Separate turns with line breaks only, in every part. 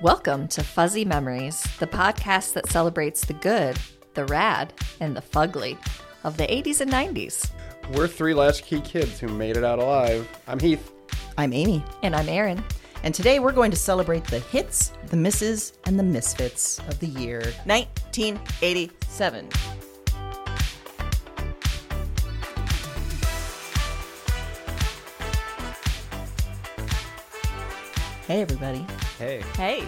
Welcome to Fuzzy Memories, the podcast that celebrates the good, the rad, and the fugly of the 80s and 90s.
We're three latchkey kids who made it out alive. I'm Heath.
I'm Amy,
And I'm Erin.
and today we're going to celebrate the hits, the misses, and the misfits of the year 1987. Hey, everybody.
Hey.
Hey.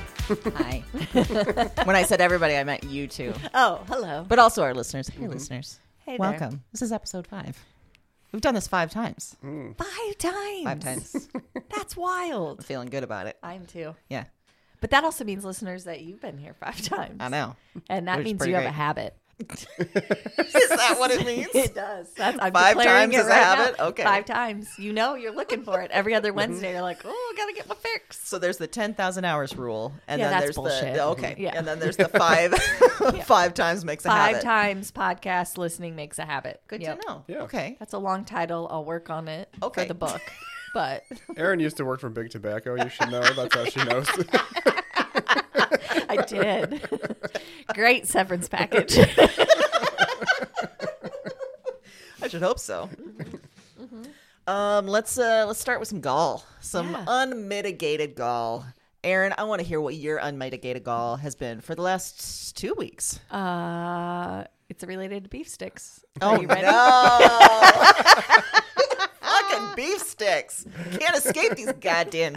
Hi. when I said everybody, I meant you two,
Oh, hello.
but also our listeners. Mm-hmm. Hey, listeners.
Hey there.
Welcome. This is episode five. We've done this five times.
Five times.
Five times.
That's wild.
Feeling good about it.
I'm too.
Yeah.
But that also means, listeners, that you've been here five times.
I know.
And that
Which is
means you
pretty
have a
great.
habit.
Is that what it means?
It does. That's, I'm
Five
declaring
times
it
is a
right now.
habit? Okay.
Five times. You know, you're looking for it. Every other Wednesday, you're like, oh, I got to get my fix.
So there's the ten thousand hours rule, and
Yeah,
then
that's
there's the,
bullshit. Mm-hmm.
the okay,
Yeah.
and then there's the five five times makes a
Five
habit.
times podcast listening makes a habit.
Good
Yep.
to know.
Yeah.
Okay,
That's a long title. I'll work on it for
Okay.
the book. But
Erin used to work for Big Tobacco. You should know. That's how she knows.
I did. Great severance package.
I should hope so.
Mm-hmm.
Um, let's uh let's start with some gall, some
Yeah.
unmitigated gall. Aaron, I want to hear what your unmitigated gall has been for the last two weeks.
uh, it's related to beef sticks.
oh
Are you ready?
no! Fucking beef sticks can't escape these goddamn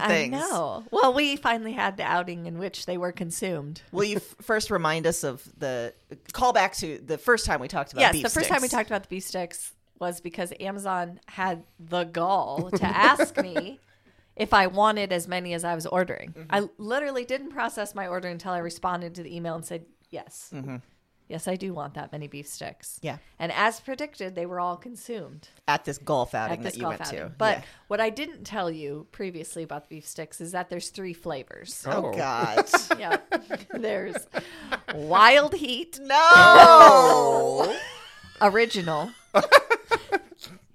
I
things.
know. Well, we finally had the outing in which they were consumed.
Will you f- first remind us of the call back to the first time we talked about
yes,
beef
the first time we
sticks?
talked about the beef sticks was because Amazon had the gall to ask me if I wanted as many as I was ordering.
Mm-hmm.
I literally didn't process my order until I responded to the email and said yes. Yes, I do want that many beef sticks.
Mm-hmm. Yeah.
And as predicted, they were all consumed
at this golf outing
at this
that you
golf
went
outing.
to.
But
Yeah.
what I didn't tell you previously about the beef sticks is that there's three flavors.
oh, god,
yeah. There's wild heat,
no!
Oh.
original,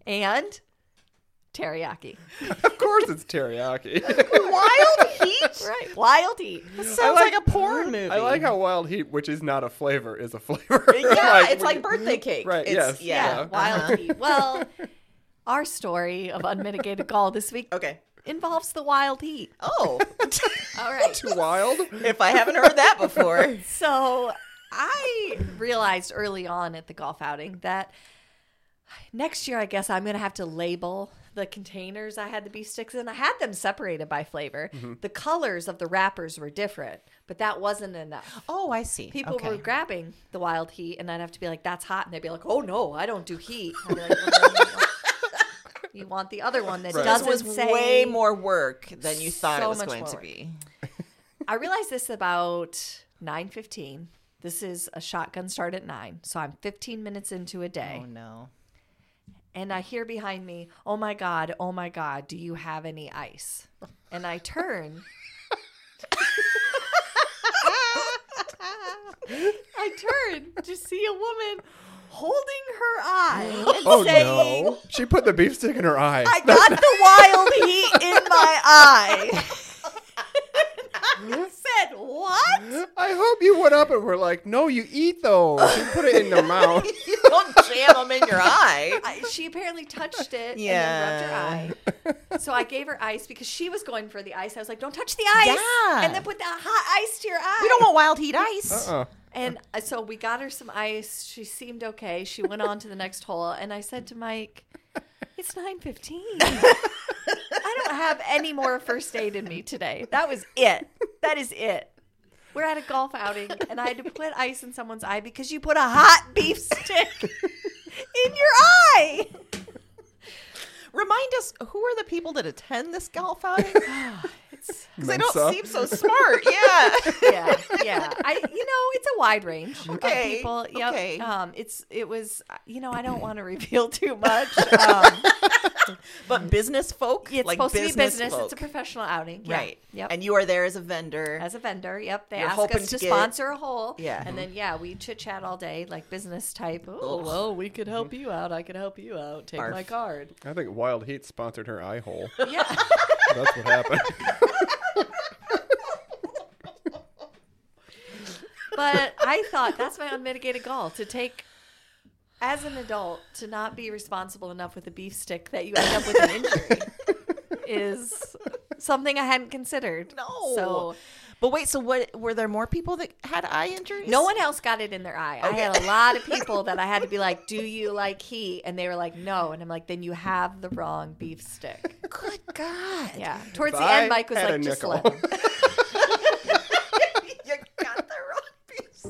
and teriyaki.
of course it's teriyaki.
Wild heat
Right. Wild E. heat.
sounds like, a porn movie.
I like how Wild Heat, which is not a flavor, is a flavor.
yeah, it's like birthday cake.
Right, yes,
It's, Yeah. uh-huh.
yeah.
Wild heat. Well, our story of unmitigated gall this week
Okay.
involves the wild E. heat.
Oh,
All right.
Too wild.
if I haven't heard that before.
So I realized early on at the golf outing that next year, I guess I'm going to have to label the containers I had the beef sticks in. I had them separated by flavor. The colors of the wrappers were different, but that wasn't enough.
Oh, I see.
People
okay.
were grabbing the wild heat, and I'd have to be like, that's hot. And they'd be like, oh no, I don't do heat. I'd be like, "Well, then you don't- you want the other one that
Right.
This
doesn't
was
say
way more work than you thought
so
it was
much
going
more
to
work.
be.
I realized this about 9:15. This is a shotgun start at 9. So I'm 15 minutes into a day
Oh no.
and I hear behind me, "Oh my god, oh my god, do you have any ice?" And I turn I turn to see a woman holding her eye and
Oh
saying,
no! She put the beef stick in her eye.
I got the wild heat in my eye. I said, What?
I hope you went up and were like, "No, you eat though." She put it in her mouth.
You don't jam them in your eye.
I, she apparently touched it
Yeah.
and then rubbed her eye. So I gave her ice because she was going for the ice. I was like, don't touch the ice.
Yeah.
And then put the hot ice to your eye.
We don't want wild heat ice.
Uh-uh.
And uh, so we got her some ice. She seemed okay. She went on to the next hole. And I said to Mike, it's 9.15. I don't have any more first aid in me today. That was it. That is it. We're at a golf outing, and I had to put ice in someone's eye because you put a hot beef stick in your eye.
Remind us who are the people that attend this golf outing?
It's,
Because they don't
Mensa.
seem so smart. Yeah.
yeah, yeah. I, you know, it's a wide range
Okay,
of people. Yep.
okay.
Um, it's it was, uh, you know, I don't want to reveal too much. Um,
but business folk.
it's
like
supposed to be business. It's a
folk.
professional outing, yeah.
Right.
Yep.
And you are there as a vendor.
as a vendor, yep. They
You're
ask
hoping
us to
to get-
sponsor a hole.
Yeah.
And then yeah, we chit chat all day, like business type. Oh
Ugh. Mm-hmm.
well, we could help you out. I could help you out. Take
Barf.
my card.
I think Wild Heat sponsored her eye hole.
Yeah.
That's what happened.
But I thought that's my unmitigated gall to take as an adult to not be responsible enough with a beef stick that you end up with an injury is something I hadn't considered.
No.
So
But wait, so what? Were there more people that had eye injuries?
no one else got it in their eye. I had a lot of people that I had to be like, "Do you like heat?" and they were like, "No." And I'm like, "Then you have the wrong beef stick."
Good God.
Yeah. Towards
If
the end,
I
Mike was
had
like,
a
"Just
nickel."
let 'em."
you got the wrong piece.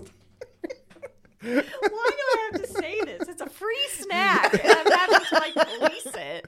Why do I have to say this? It's a free snack. And I'm having to like police it.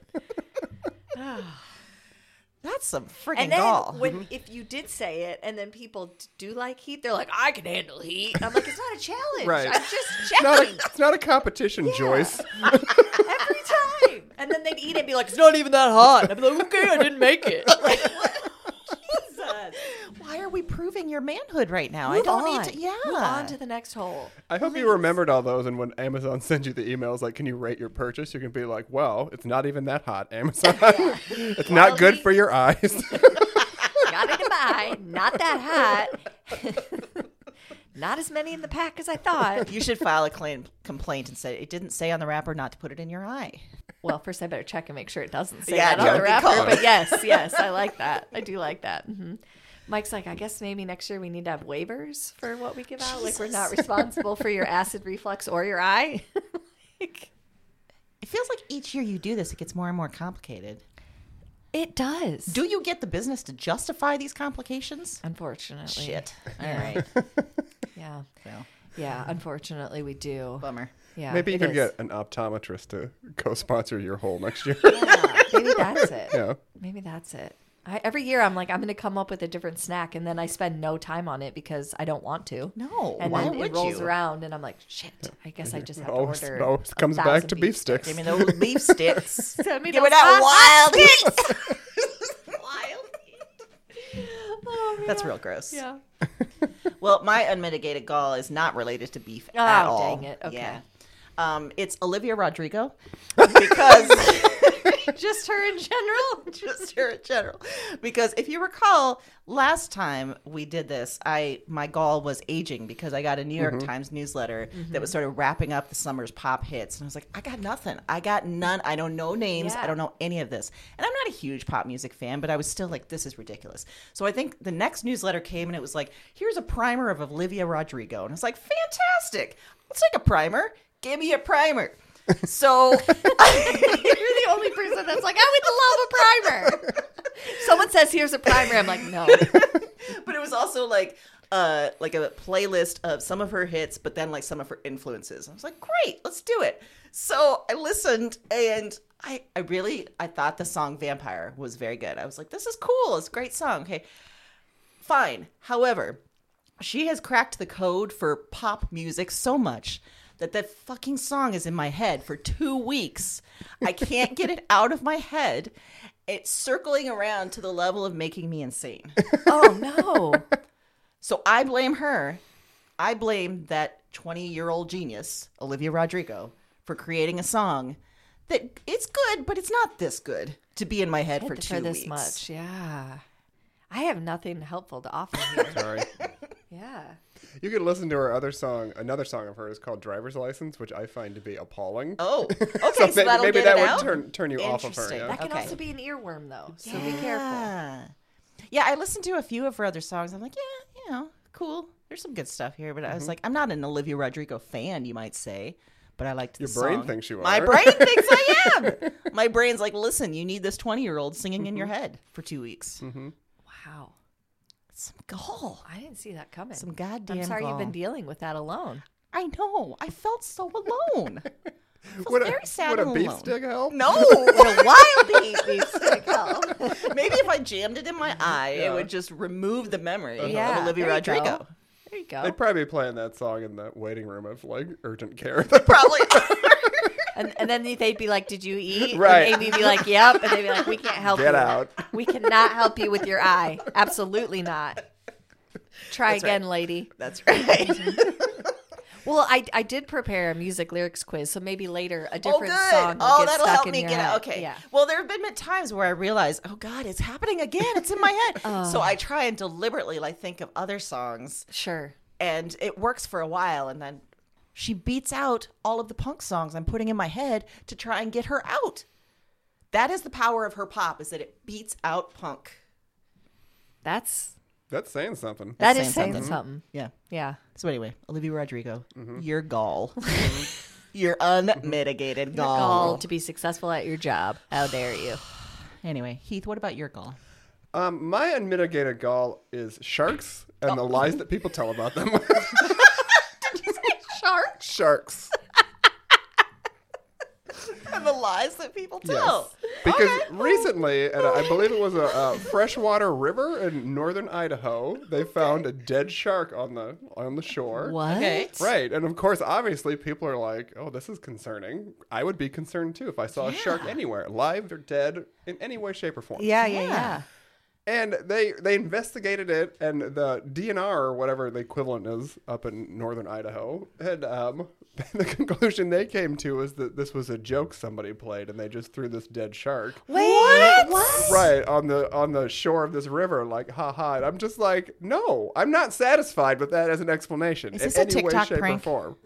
That's some freaking
And then
gall.
when if you did say it, and then people d- do like heat, they're like, "I can handle heat." I'm like, "It's not a challenge.
Right.
I'm just
Not a,
checking
it's not a competition, Joyce.
every time." And then they'd eat it and be like, "It's not even that hot." And I'd be like, "Okay, I didn't make it." Like, what? Jesus.
Why are we proving your manhood right now? I
Move
don't
on.
need to. Yeah.
Move on to the next hole.
I hope you remembered all those. And when Amazon sends you the emails, like, can you rate your purchase? You're going to be like, well, it's not even that hot, Amazon. it's not good
Quality.
for your eyes.
Got it in my eye. Not that hot. not as many in the pack as I thought.
you should file a claim complaint and say it didn't say on the wrapper not to put it in your eye.
Well, first I better check and make sure it doesn't say
Yeah,
that on
no,
the
good
wrapper.
call.
But yes, yes, I like that. I do like that. hmm Mike's like, I guess maybe next year we need to have waivers for what we give out. Like we're not responsible for your acid reflux or your eye. Like,
It feels like each year you do this, it gets more and more complicated.
it does.
Do you get the business to justify these complications?
unfortunately,
Shit. All right.
Yeah,
Well,
yeah. Unfortunately, we do.
bummer.
Yeah,
Maybe you
it
could
is.
get an optometrist to co sponsor your hole next year.
Yeah, maybe that's it.
yeah.
Maybe that's it. I, every year I'm like, I'm going to come up with a different snack, and then I spend no time on it because I don't want to.
No.
And
why
then
would
it rolls
you?
around, and I'm like, shit, I guess I just have to
Always,
order.
always
a
comes back
thousand
to beef sticks.
Give me those beef sticks.
Send me
Give
those
it out
hot
wild heat. wild That's real gross.
Oh, Yeah.
Well, my unmitigated gall is not related to beef
Oh,
at all.
dang it. Okay.
Yeah. Um, it's Olivia Rodrigo because
Just her in general.
just here in general. Because if you recall, last time we did this, I my gall was aging because I got a New York Times newsletter that was sort of wrapping up the summer's pop hits, and I was like, I got nothing. I got none. I don't know names. I
Yeah.
don't know any of this. And I'm not a huge pop music fan, but I was still like, this is ridiculous. So I think the next newsletter came and it was like, here's a primer of Olivia Rodrigo, and I was like, fantastic. Let's take a primer. Give me a primer. So
You're the only person that's like, I would love a primer. Someone says, here's a primer. I'm like, no.
but it was also like uh like a playlist of some of her hits but then like some of her influences i was like great let's do it so i listened and i i really i thought the song vampire was very good i was like this is cool it's a great song okay fine however she has cracked the code for pop music so much that that fucking song is in my head for two weeks. I can't get it out of my head. It's circling around to the level of making me insane.
Oh, no.
So I blame her. I blame that 20 year old genius, Olivia Rodrigo, for creating a song that it's good, but it's not this good to be in my head for
For,
two
this
weeks.
much. Yeah. I have nothing helpful to offer here.
Sorry.
Yeah.
You could listen to her other song. Another song of hers called "Driver's License," which I find to be appalling.
Oh, okay.
So
so,
may-
that'll
maybe
get
that
it
would
out?
turn- turn you off of her,
Interesting.
yeah.
That can
Okay.
also be an earworm, though. So be careful.
Yeah. Yeah, I listened to a few of her other songs. I'm like, yeah, you know, cool. There's some good stuff here, but I
Mm-hmm.
was like, I'm not an Olivia Rodrigo fan, you might say, but I liked
Your
the
brain
song.
thinks you
My
are.
brain thinks I am. My brain's like, listen, you need this 20 year old singing in your
Mm-hmm.
head for two weeks.
Wow.
Some gall.
I didn't see that coming.
Some goddamn.
I'm sorry you've been
gall.
dealing with that alone.
I know. I felt so alone.
would a,
very sad
would a
and
beef
alone.
stick help?
no, the wild beef.
yeah.
Maybe if I jammed it in my eye,
Yeah.
it would just remove the memory
Yeah,
of Olivia
there you
Rodrigo.
go. There you go.
They'd probably be playing that song in the waiting room of like urgent care.
Probably.
And, and then they'd be like, "Did you eat?"
Right.
And Amy'd be like, "Yep." And they'd be like, "We can't help
Get
you.
out.
We cannot help you with your eye. Absolutely not. Try
right.
again, lady."
That's right.
Well, I, I did prepare a music lyrics quiz, so maybe later a
oh,
different
good.
song. Will
Oh,
get
that'll
stuck
help
in
me
your
get
head.
out. Okay.
Yeah.
Well, there have been many times where I realize, oh God,
Oh.
it's happening again. It's in my head. so I try and deliberately like think of other songs
Sure.
and it works for a while and then she beats out all of the punk songs I'm putting in my head to try and get her out. That is the power of her pop is that it beats out punk.
That's
That's saying something.
that's
saying
saying
something.
something.
Yeah.
Yeah.
So anyway, Olivia Rodrigo,
Mm-hmm.
you're gall. you're unmitigated Mm-hmm. gall.
All to be successful at your job. How dare you?
Anyway, Heath, what about your gall?
Um, my unmitigated gall is sharks and the lies that people tell about them.
Shark.
sharks.
And the lies that people
Because recently, at a, I believe it was a, a freshwater river in northern Idaho, they found a dead shark on the on the shore.
What?
Okay.
Right, and of course, obviously, people are like, "Oh, this is concerning." I would be concerned too if I saw a shark anywhere, live or dead, in any way, shape, or form.
Yeah, yeah, yeah.
And they they investigated it, and the DNR or whatever the equivalent is up in northern Idaho had um, the conclusion they came to was that this was a joke somebody played, and they just threw this dead shark
Wait. What?
right on the on the shore of this river like ha ha and i'm just like no i'm not satisfied with that as an explanation
Is
in
this a
any way
TikTok
shape
prank?
or form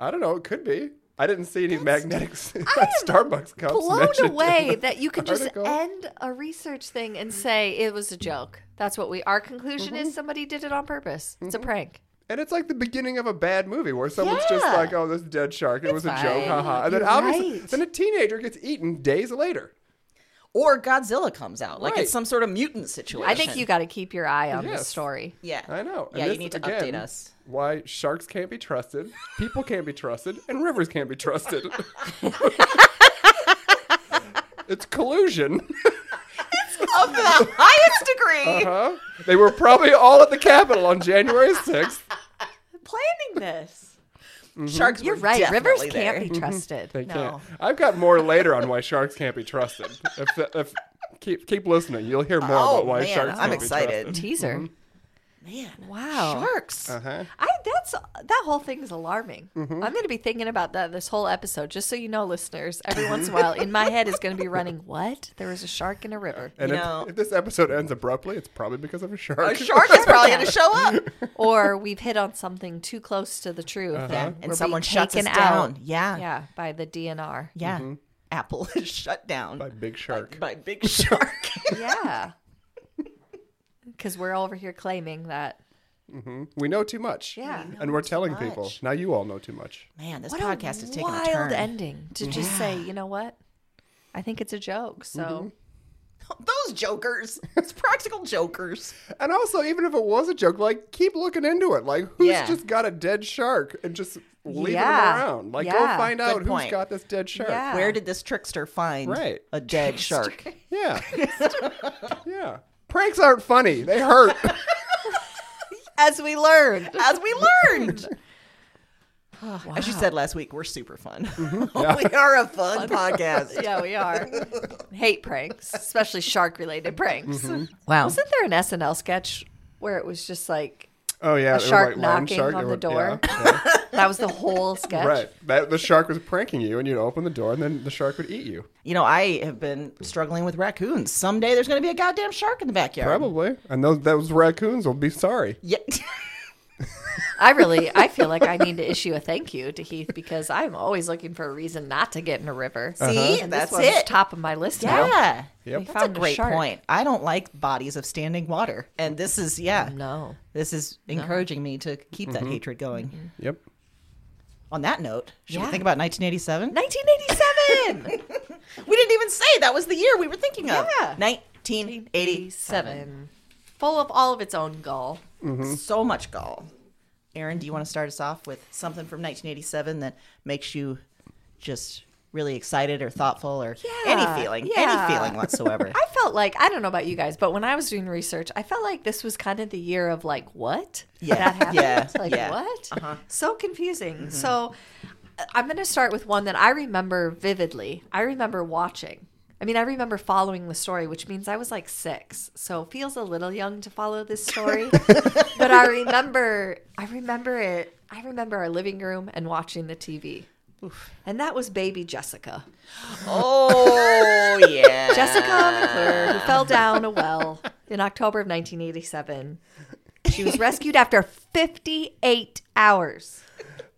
i don't know it could be i didn't see any magnetic starbucks cups
Blown
mentioned in
away
the
that you could just
article.
end a research thing and say it was a joke. That's what we. Our conclusion is somebody did it on purpose. It's a prank.
and it's like the beginning of a bad movie where someone's just
Yeah.
like oh this dead shark it was a joke
fine.
ha ha and then
You're
obviously
right.
then a teenager gets eaten days later
Or Godzilla comes out. Like
Right.
it's some sort of mutant situation.
I think you got to keep your eye on the
Yes.
story.
Yeah.
I know.
Yeah,
And
you
this,
need to
again,
update us.
Why sharks can't be trusted, people can't be trusted, and rivers can't be trusted. it's collusion.
Of the highest degree.
Huh? They were probably all at the Capitol on January 6th.
Planning this.
Sharks
You're
were
right. Rivers
definitely there.
can't be trusted.
They
No.
can't. I've got more later on why sharks can't be trusted. If, the- if keep keep listening, you'll hear more
Oh,
about why
man,
sharks.
I'm
can't
excited.
Be trusted.
Teaser.
Man.
Wow.
Sharks.
Uh-huh.
I that's that whole thing is alarming. I'm going to be thinking about that this whole episode, just so you know, listeners. Every once in a while, in my head is going to be running. What? There was a shark in a river,
And
You
if,
know-
if this episode ends abruptly, it's probably because of a shark.
A shark is probably going to show up.
or we've hit on something too close to the truth, and,
And someone shuts
shut
us down. Yeah. Yeah.
Yeah, by the DNR.
Apple is shut down
By
Mm-hmm. by,
big shark.
Big Shark.
Yeah, because we're over here claiming that.
We know too much.
Yeah. We
and we're telling people.
much.
Now you all know too much.
Man, this
What
podcast
a
is taking
wild
a turn.
ending to just say, you know what? I think it's a joke. So
Those jokers. It's practical jokers.
And also, even if it was a joke, like keep looking into it. Like who's
Yeah.
just got a dead shark and just leaving
Yeah.
them around? Like
Yeah.
go find out who's
point.
got this dead shark.
Yeah.
Where did this trickster find
Right.
a dead shark?
Yeah. Yeah. Pranks aren't funny. They hurt.
as we learned,
As we learned. As you said last week, we're super fun. we are a Mm-hmm. fun podcast.
Mm-hmm.
yeah, we are. Hate pranks, especially shark related pranks.
Mm-hmm.
Wow.
Wasn't there an SNL sketch where it was just like
oh yeah. it was
shark
lounge
knocking on
it
the
would-
door.
yeah, yeah.
that was the whole sketch?
right. That the shark was pranking you, and you'd open the door, and then the shark would eat you.
You know, I have been struggling with raccoons. Someday there's going to be a goddamn shark in the backyard.
Probably. And those those raccoons will be sorry.
Yeah.
I really, I feel like I need to issue a thank you to Heath because I'm always looking for a reason not to get in a river.
Uh,
See,
And
that's
this one's
it.
top of my list now.
Yeah.
Uh-huh. Yep.
We
That's
That's a
found
great
shark.
point. I don't like bodies of standing water. And this is, yeah,
No. Mm-hmm.
this is encouraging me to keep
Mm-hmm.
that hatred going.
Yep.
On that note, should we
Yeah.
think about 1987?
1987!
We didn't even say that was the year we were thinking of.
Yeah.
1987.
Full of all of its own gall.
So much gall. Aaron, do you want to start us off with something from 1987 that makes you just really excited or thoughtful or
Yeah,
any feeling,
yeah.
any feeling whatsoever?
I felt like I don't know about you guys, but when I was doing research, I felt like this was kind of the year of like what?
Yeah,
that happened.
yeah,
like
yeah. Uh-huh. Mm-hmm.
what? So confusing. So uh, I'm going to start with one that I remember vividly. I remember watching. I mean, I remember following the story, which means I was like six, so it feels a little young to follow this story. but I remember, I remember it. I remember our living room and watching the TV, and that was Baby Jessica.
oh, yeah.
Jessica McClure, who fell down a well in October of 1987. She was rescued after 58 hours,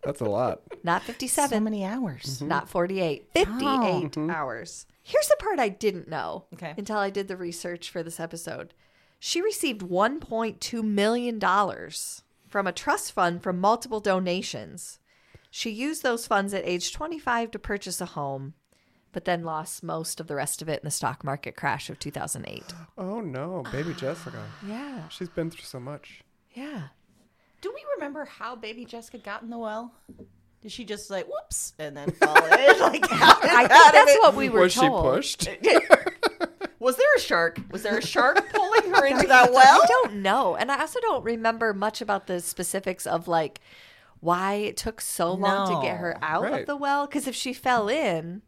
That's a lot.
not 57,
many hours.
not 48, 58 hours. Here's the part I didn't know
Okay.
until I did the research for this episode. She received $1.2 million from a trust fund from multiple donations. She used those funds at age 25 to purchase a home, but then lost most of the rest of it in the stock market crash of 2008.
Oh no, baby Jessica.
Yeah.
She's been through so much.
Yeah.
Do we remember how baby Jessica got in the well? Did she just like whoops and then fall in? Like how did
I think
that
that's what we were
Was she
told.
pushed?
was there a shark? Was there a shark pulling her into that well?
I don't know. And I also don't remember much about the specifics of like why it took so long to get
No.
her out
Right.
of the well. Because if she fell in,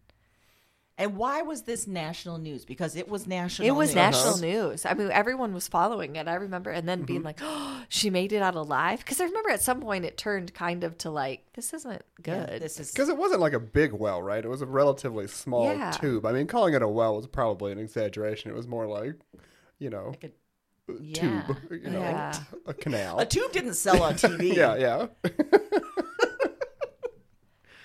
And why was this national news? Because it was national.
it was
news.
national
Uh-huh.
news. I mean, everyone was following it. I remember, and then
Mm-hmm.
being like, "Oh, she made it out alive." Because I remember at some point it turned kind of to like, "This isn't
Yeah,
good."
This is
Because it wasn't like a big well, right? It was a relatively small
Yeah.
tube. I mean, calling it a well was probably an exaggeration. It was more like, you know,
like
a
yeah.
tube, you know,
Yeah.
a canal.
a tube didn't sell on TV.
yeah, yeah.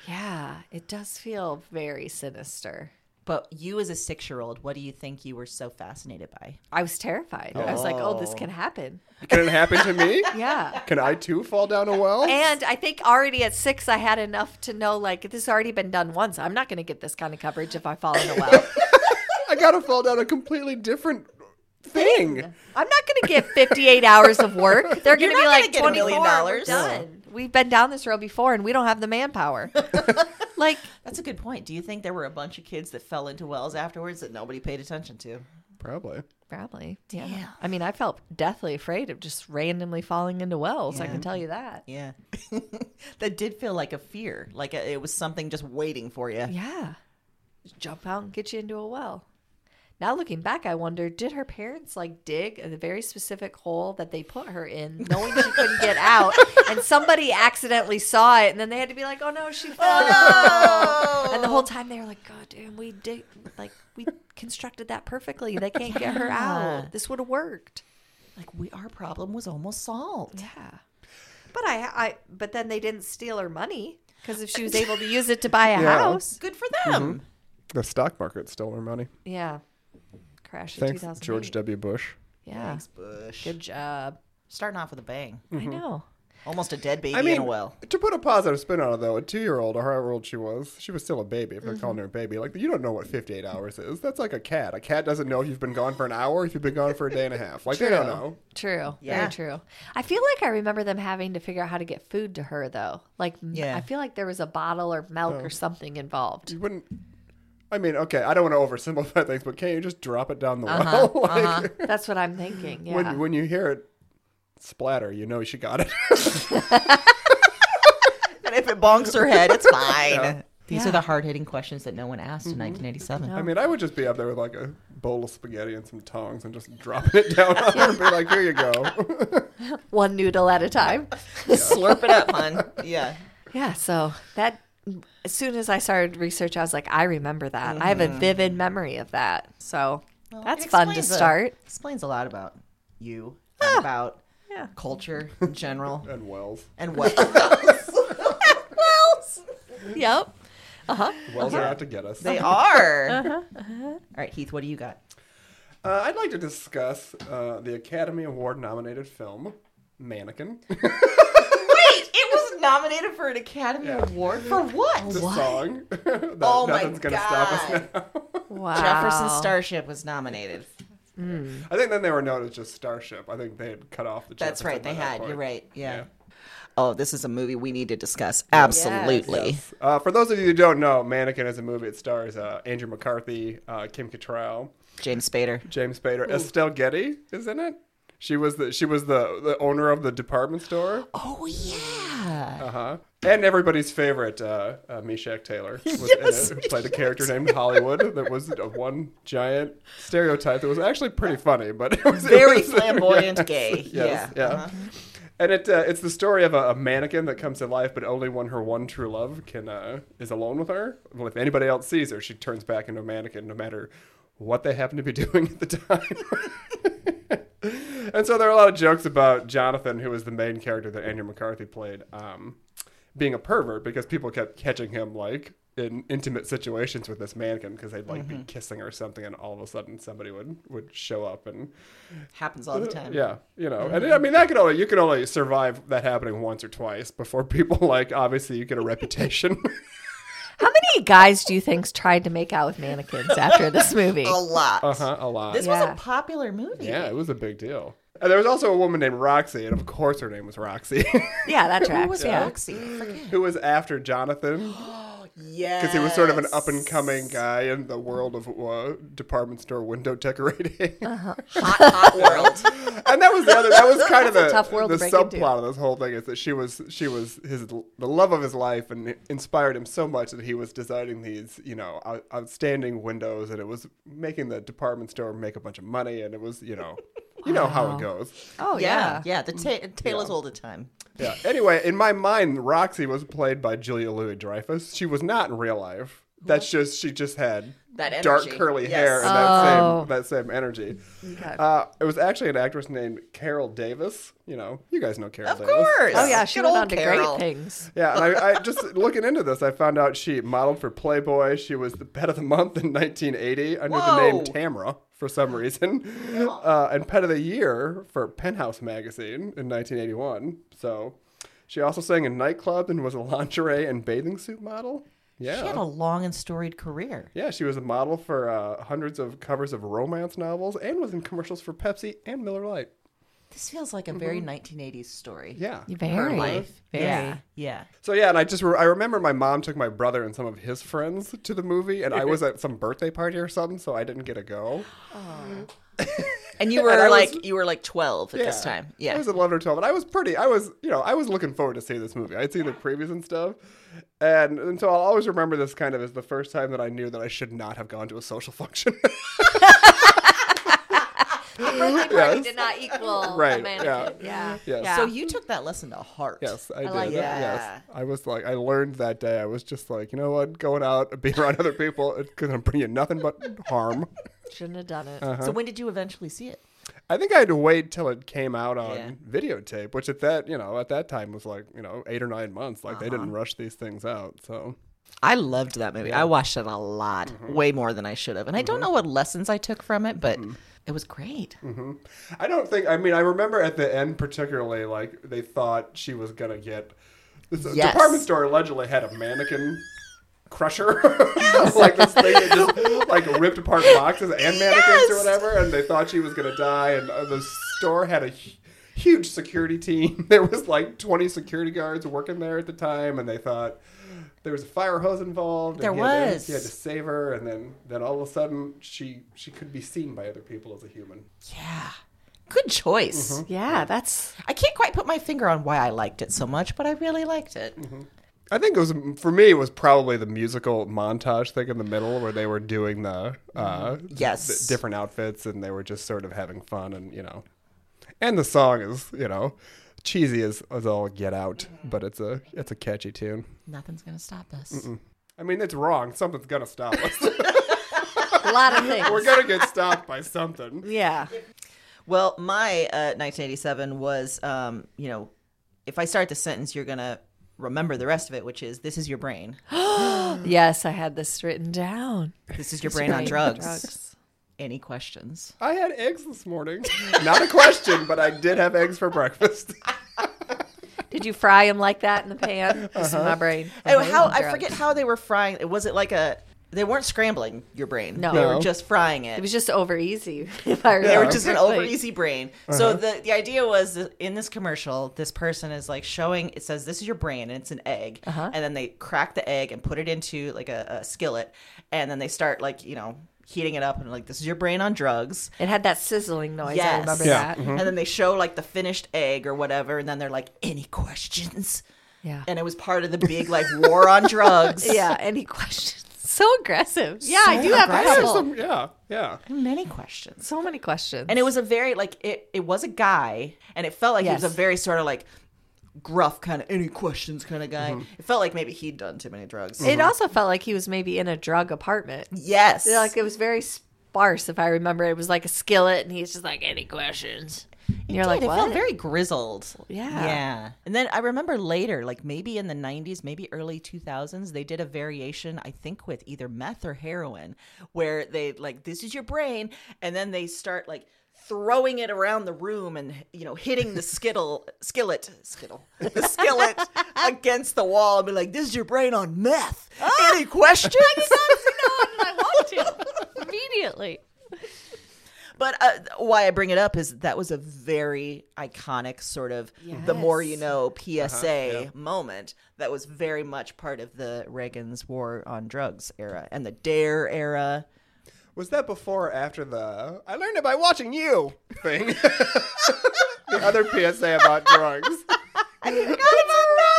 yeah, it does feel very sinister.
But you, as a six-year-old, what do you think you were so fascinated by?
I was terrified. I was like, "Oh, this can happen."
Can it happen to me?
Yeah.
Can I too fall down a well?
And I think already at six, I had enough to know like this has already been done once. I'm not going to get this kind of coverage if I fall in a well.
I gotta fall down a completely different thing.
I'm not going to get 58 hours of work. They're going to be
not
like
gonna get a
24.
million
We're
dollars.
done. We've been down this road before, and we don't have the manpower. like
That's a good point. Do you think there were a bunch of kids that fell into wells afterwards that nobody paid attention to?
Probably.
probably, yeah.
Damn.
I mean, I felt deathly afraid of just randomly falling into wells. I can tell you that.
Yeah, that did feel like a fear, like a, it was something just waiting for you.
Yeah. Just jump out and get you into a well. Now looking back, I wonder, did her parents like dig a very specific hole that they put her in, knowing she couldn't get out, and somebody accidentally saw it, and then they had to be like, "Oh no, she fell!" And the whole time they were like, "God damn, we did like we constructed that perfectly. They can't get her
Yeah.
out. This would have worked."
Like we, our problem was almost solved.
Yeah. But I, I, but then they didn't steal her money because if she was able to use it to buy a
Yeah.
house,
Good for them.
The stock market stole her money.
yeah, crash. in
Thanks, George
2008.
W. Bush.
Yeah.
Thanks, Bush.
Good job.
Starting off with a bang.
I know.
Almost a dead baby
I
in
mean,
a well.
to put a positive spin on it, though, a two-year-old or however old she was, she was still a baby. If
Mm-hmm.
they're calling her a baby, like you don't know what 58 hours is. That's like a cat. A cat doesn't know if you've been gone for an hour, if you've been gone for a day and a half. Like they don't know.
True.
Yeah.
Very true. I feel like I remember them having to figure out how to get food to her though. Like m-
Yeah.
I feel like there was a bottle or milk
Oh.
or something involved.
You wouldn't. I mean, okay, I don't want to oversimplify things, but can't you just drop it down the
Uh-huh,
well? like
That's what I'm thinking. Yeah.
when when you hear it splatter, you know she got it.
And if it bonks her head, it's fine. These
Yeah.
are the hard hitting questions that no one asked in 1987.
I mean, I would just be up there with like a bowl of spaghetti and some tongs and just dropping it down on her and be like, "Here you go."
One noodle at a time.
Slurp it up, hon. Yeah.
yeah, so that as soon as I started research, I was like, I remember that. I have a vivid memory of that. So that's
Mm-hmm. It
fun to
explains a-
start.
explains a lot about you, and about
Yeah.
culture in general,
and Wells,
and what else.
Yep.
Wells are out to get us.
They are. All right, Heath, what do you got?
Uh, I'd like to discuss uh, the Academy Award nominated film Mannequin.
Wait, it was nominated for an Academy
Yeah.
Award for what?
the song. that
Oh my
Nothing's Gonna Stop Us
God.
Now.
Wow.
Jefferson Starship was nominated.
I think then they were known as just Starship. I think they had cut off the
That's
Jefferson
right,
by
they
that
had.
point.
You're right. Yeah.
Yeah.
Oh, this is a movie we need to discuss. Absolutely.
Yes. Uh, for those of you who don't know, Mannequin is a movie. It stars uh, Andrew McCarthy, uh, Kim Cattrall,
James Spader.
James Spader, Estelle Getty is in it. She was the she was the, the owner of the department store.
Oh yeah.
Uh huh. And everybody's favorite, uh, uh, Meshack Taylor, was
Yes,
in it, who played a character named Hollywood that was a one giant stereotype that was actually pretty funny, but it was it
Very
was-
flamboyant
yes,
gay.
yes,
yeah.
yeah.
Uh-huh.
And it uh, it's the story of a, a mannequin that comes to life, but only when her one true love can uh, is alone with her. Well, if anybody else sees her, she turns back into a mannequin, no matter what they happen to be doing at the time. And so there are a lot of jokes about Jonathan, who was the main character that Andrew McCarthy played, um, being a pervert because people kept catching him like in intimate situations with this mannequin because they'd like
Mm-hmm.
be kissing or something, and all of a sudden somebody would would show up and
Happens all the time. Mm-hmm.
yeah, you know, and I mean that could only you can only survive that happening once or twice before people like obviously you get a reputation.
How many guys do you think's tried to make out with mannequins after this movie?
A lot.
uh huh, a lot.
This was
Yeah.
a popular movie.
yeah, it was a big deal. And there was also a woman named Roxy, and of course her name was Roxy,
Yeah, that
Who
tracks.
was
yeah.
Roxy? Forget.
who was after Jonathan.
Yeah.
because he was sort of an up and coming guy in the world of uh, department store window
Uh-huh.
decorating,
hot, hot world.
and that was the other. That was kind of the,
a tough world to
the
break into.
subplot of this whole thing is that she was she was his the love of his life and it inspired him so much that he was designing these you know out, outstanding windows and it was making the department store make a bunch of money and it was you know you know how it goes.
Oh
yeah.
yeah.
Yeah. The ta- tale is
Yeah.
all the time.
Yeah. Anyway, in my mind, Roxy was played by Julia Louis Dreyfus. She was not in real life. That's just she just had
That
dark
energy.
curly
Yes.
hair and
Oh.
that same that same energy. Uh, it was actually an actress named Carol Davis. You know, you guys know Carol
Of
Davis.
course.
Oh yeah, she
Good
went
old
on to
Carol.
great things.
Yeah, and I, I just looking into this, I found out she modeled for Playboy. She was the pet of the month in 1980 under the
Whoa.
name Tamra for some reason, uh, and pet of the year for Penthouse magazine in 1981. So, she also sang in nightclubs and was a lingerie and bathing suit model. Yeah,
She had a long and storied career.
yeah, she was a model for uh, hundreds of covers of romance novels and was in commercials for Pepsi and Miller Lite.
This feels like a very 1980s story.
Yeah.
Very.
Life.
Very.
Yeah. Yeah.
So yeah, and I just re- I remember my mom took my brother and some of his friends to the movie, and I was at some birthday party or something, so I didn't get a go.
And you
And I
were
was-
like you were like 12 at
Yeah.
this time. Yeah.
I was eleven or twelve, and I was pretty. I was you know I was looking forward to seeing this movie. I'd seen the previews and stuff, and, and so I'll always remember this kind of as the first time that I knew that I should not have gone to a social function.
Birthday party did not equal
Right,
a mannequin. Yeah.
yeah.
Yeah.
So you took that lesson to heart.
Yes, I, did.
like
that.
Yes, I was like, I learned that day. I was just like, you know what, going out and being around other people, it's gonna bring you nothing but harm.
Shouldn't have done it.
Uh-huh.
So when did you eventually see it?
I think I had to wait till it came out on
Yeah.
videotape, which at that you know at that time was like you know eight or nine months. Like they didn't rush these things out, so
I loved that movie. I watched it a lot,
Mm-hmm.
way more than I should have. And I don't know what lessons I took from it, but it was great.
I don't think. I mean, I remember at the end particularly, like they thought she was gonna get. The
Yes.
department store allegedly had a mannequin crusher, like this thing that just like ripped apart boxes and mannequins or
Yes.
whatever, and they thought she was gonna die. And uh, the store had a hu- huge security team. There was like twenty security guards working there at the time, and they thought. There was a fire hose involved. and
There
he had to-
was.
he had to save her, and then, then all of a sudden, she she could be seen by other people as a human.
Yeah. Good choice.
yeah, that's
I can't quite put my finger on why I liked it so much, but I really liked it.
I think it was for me. It was probably the musical montage thing in the middle where they were doing the uh,
Yes.
th- different outfits and they were just sort of having fun and you know, and the song is you know cheesy as, as all get out, but it's a it's a catchy tune.
Nothing's going to stop us.
I mean, it's wrong. Something's gonna stop us.
a lot of things.
we're gonna get stopped by something.
yeah.
Well, my uh, 1987 was, um, you know, if I start the sentence, you're going to remember the rest of it, which is this is your brain.
Yes, I had this written down.
This is your brain on
Brain
drugs. Any questions?
I had eggs this morning. Not a question, but I did have eggs for breakfast.
Did you fry them like that in the pan? This is my brain.
Oh, how
Drugs.
I forget how they were frying. It was it like a they weren't scrambling your brain.
No.
they
No.
were just frying it.
It was just over easy. If I
they
remember
were just an
correctly.
over easy brain. So the the idea was that in this commercial, this person is like showing. It says this is your brain, and it's an egg. And then they crack the egg and put it into like a, a skillet, and then they start like you know heating it up and like this is your brain on drugs.
It had that sizzling noise. I remember that.
And then they show like the finished egg or whatever, and then they're like, any questions?
Yeah.
And it was part of the big like war on drugs.
yeah. Any questions? So aggressive. Yeah, I do have a
I had
couple.
some, yeah, yeah.
Many questions.
so many questions.
And it was a very like it it was a guy and it felt like he was
Yes.
a very sort of like gruff kind of any questions kind of guy. It felt like maybe he'd done too many drugs.
It also felt like he was maybe in a drug apartment.
yes.
Like it was very sparse, if I remember. It was like a skillet, and he's just like, "Any questions?" And you're like,
did. It
what?
felt very grizzled.
Yeah.
Yeah. And then I remember later, like maybe in the 90s, maybe early 2000s, they did a variation, I think, with either meth or heroin, where they like, this is your brain. And then they start like, throwing it around the room and you know hitting the skittle skillet skittle the skillet against the wall and be like this is your brain on meth
Ah!
any questions
I want to immediately.
But uh, why I bring it up is that was a very iconic sort of the more you
Yes.
know PSA moment that was very much part of the Reagan's war on drugs era and the DARE era.
Was that before or after the I learned it by watching you thing? the other PSA about drugs.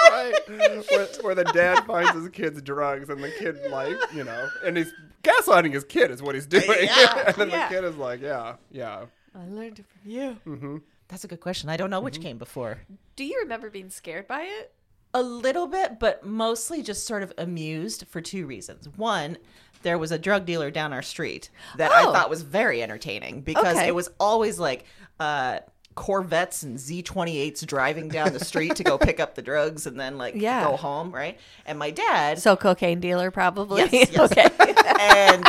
Right? Where, where the dad finds his kid's drugs and the kid, like, you know, and he's gaslighting his kid is what he's doing. and then
Yeah.
the kid is like, yeah, yeah.
I learned it from you.
That's a good question. I don't know which came before.
Do you remember being scared by it?
A little bit, but mostly just sort of amused for two reasons. One, there was a drug dealer down our street that I
Oh.
thought was very entertaining because
Okay.
it was always like uh, Corvettes and Z28s driving down the street to go pick up the drugs and then like
Yeah.
go home, right? And my dad
So cocaine dealer, probably.
Yes, yes.
okay.
and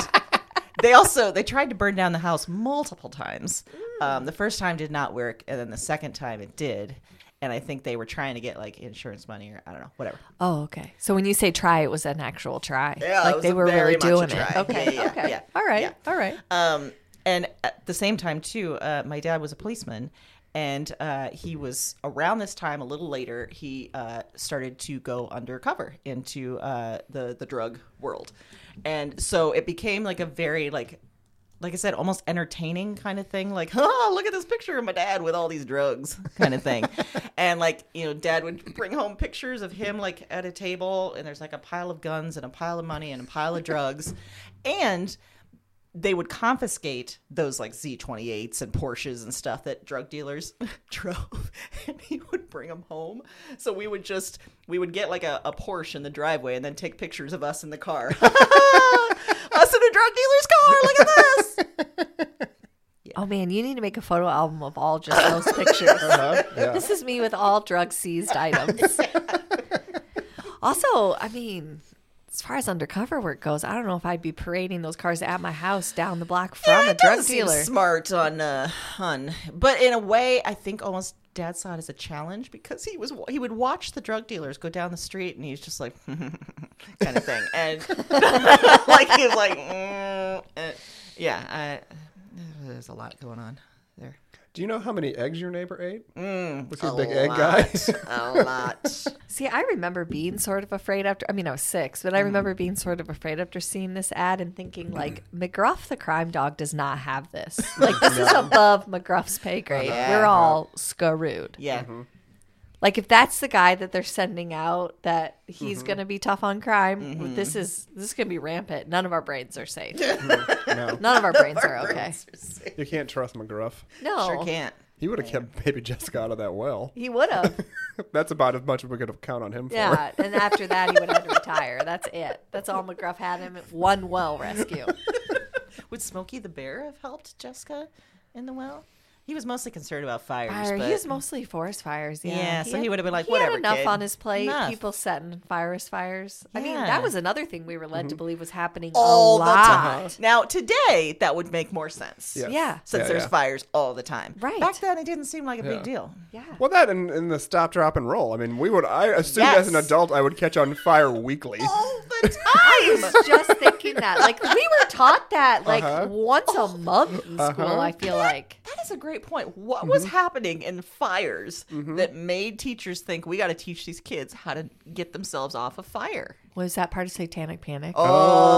they also they tried to burn down the house multiple times.
Mm.
Um, the first time did not work, and then the second time it did. And I think they were trying to get like insurance money or I don't know, whatever.
Oh, okay. So when you say try, it was an actual try.
Yeah, it
like
was
they were really
very much a
doing
try.
it. Okay.
Yeah, yeah,
okay.
yeah.
All right.
Yeah.
All right.
Um, and at the same time, too, uh, my dad was a policeman, and uh, he was around this time a little later. He uh, started to go undercover into uh, the the drug world, and so it became like a very like. Like I said, almost entertaining kind of thing. Like, oh, look at this picture of my dad with all these drugs, kind of thing. and like, you know, dad would bring home pictures of him like at a table, and there's like a pile of guns and a pile of money and a pile of drugs. And they would confiscate those like Z28s and Porsches and stuff that drug dealers drove and he would bring them home. So we would just, we would get like a, a Porsche in the driveway and then take pictures of us in the car. us in a drug dealer's car, look at this.
Oh man, you need to make a photo album of all just those pictures.
Uh-huh, yeah.
This is me with all drug seized items. also, I mean, as far as undercover work goes, I don't know if I'd be parading those cars at my house down the block from a
It
drug
doesn't seem
dealer.
smart on uh, on, but in a way, I think almost dad saw it as a challenge because he was he would watch the drug dealers go down the street and he's just like kind of thing, and like he was like, mm, uh, yeah, I, there's a lot going on there.
Do you know how many eggs your neighbor ate? Was he a
a
big egg
lot. Oh.
guy?
A lot.
See, I remember being sort of afraid after. I mean, I was six, but I
Mm-hmm.
remember being sort of afraid after seeing this ad and thinking, like, McGruff the crime dog does not have this. Like, this is above McGruff's pay grade.
Yeah.
We're all screwed.
Yeah.
Like, if that's the guy that they're sending out, that he's
Mm-hmm.
going to be tough on crime, this is this is going to be rampant. None of our brains are safe.
no.
None of our brains are okay.
You can't trust McGruff.
No,
Sure can't.
He would have kept baby Jessica out of that well.
he would have.
That's about as much as we could have count on him for.
Yeah, and after that, he would have had to retire. That's it. That's all McGruff had him. One well rescue.
Would Smokey the Bear have helped Jessica in the well? He was mostly concerned about fires.
Fire.
but...
He was mostly forest fires. Yeah.
Yeah, so he would've been like,
he
"Whatever,
Had enough
kid.
on his plate.
Enough."
People setting forest fires. I mean,
Yeah. Mm-hmm.
that was another thing we were led to believe was happening
all
a
the
lot.
time. Now today that would make more sense.
Yes.
Yeah.
Since
Yeah,
there's
yeah.
fires all the time.
Right.
Back then it didn't seem like a
Yeah.
big deal.
Yeah.
Well, that and, and the stop, drop, and roll. I mean, we would. I assumed as an
Yes.
adult I would catch on fire weekly.
Oh.
All the
I
time.
was just thinking that. Like we were taught that like
Uh-huh.
once a month in school.
Uh-huh.
I feel like.
that is a great point. What was
Mm-hmm.
happening in fires that made teachers think we got to teach these kids how to get themselves off a fire?
Was that part of satanic panic?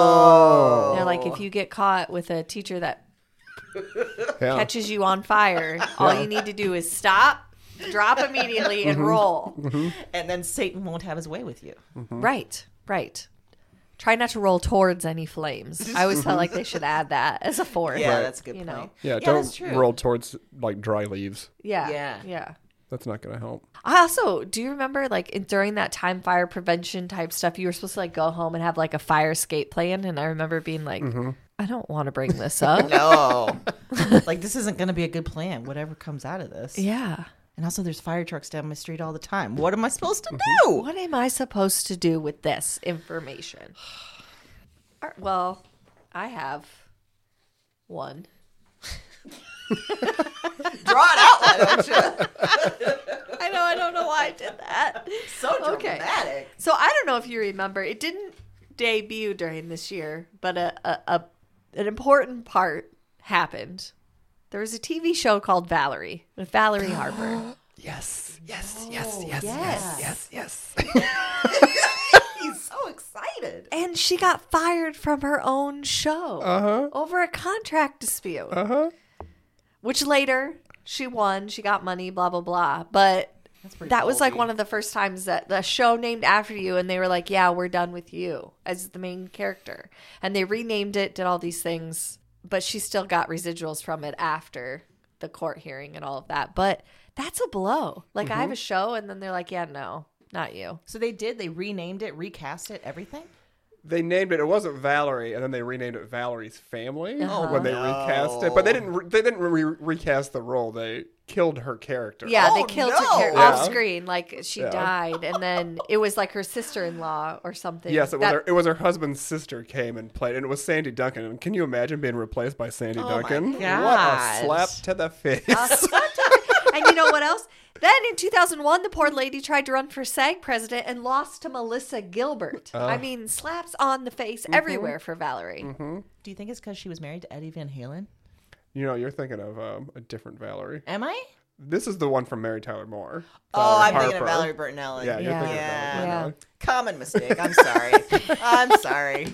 Oh,
They're like, if you get caught with a teacher that
yeah.
catches you on fire, all you need to do is stop, drop immediately,
Mm-hmm.
and roll.
And then Satan won't have his way with you.
Right, right. Try not to roll towards any flames. I always felt like they should add that as a fourth.
Yeah,
Right.
that's a good
You
point.
know.
yeah,
that's
don't
true.
roll towards like dry leaves.
Yeah.
Yeah.
Yeah.
That's not going to help.
I also do you remember like in- during that time fire prevention type stuff, you were supposed to like go home and have like a fire escape plan, and I remember being like, I don't want to bring this up.
No. Oh. like this isn't going to be a good plan. Whatever comes out of this.
Yeah.
And also, there's fire trucks down my street all the time. What am I supposed to do?
Mm-hmm.
What am I supposed to do with this information? All right, Well, I have one.
Draw it out, why don't you?
I know. I don't know why I did that.
So
Okay. So I don't know if you remember, it didn't debut during this year, but a, a, a an important part happened. There was a TV show called Valerie with Valerie Harper.
Yes, yes, yes, yes,
yes.
yes, yes,
He's so excited.
And she got fired from her own show
Uh-huh.
over a contract dispute,
Uh-huh.
which later she won. She got money, blah, blah, blah. But
pretty
that was like
ballsy.
one of the first times that the show named after you, and they were like, yeah, we're done with you as the main character. And they renamed it, did all these things, but she still got residuals from it after the court hearing and all of that. But that's a blow. Like, I
Mm-hmm.
have a show, and then they're like, yeah, no, not you.
So they did. They renamed it, recast it, everything.
They named it. It wasn't Valerie, and then they renamed it Valerie's Family
Uh-huh.
when they
No.
recast it. But they didn't. Re- they didn't re- recast the role. They killed her character.
Yeah,
Oh,
they killed
no.
her character
Yeah.
off screen. Like she died, and then it was like her sister in law or something.
Yes, it was,
That-
her, it was her husband's sister came and played, and it was Sandy Duncan. And can you imagine being replaced by Sandy Duncan?
Oh God. Uh.
What a slap to the face!
and you know what else? Then in 2001, the poor lady tried to run for SAG president and lost to Melissa Gilbert.
Uh.
I mean, slaps on the face
Mm-hmm.
everywhere for Valerie.
Do you think it's because she was married to Eddie Van Halen?
you know, you're thinking of um, a different Valerie.
Am I?
This is the one from Mary Tyler Moore.
oh,
Valerie
I'm thinking of
Uh, Harper.
Valerie Burton Ellen.
Yeah, you're
Yeah.
thinking
Yeah.
of Valerie. Burton.
Common mistake. I'm sorry. I'm sorry.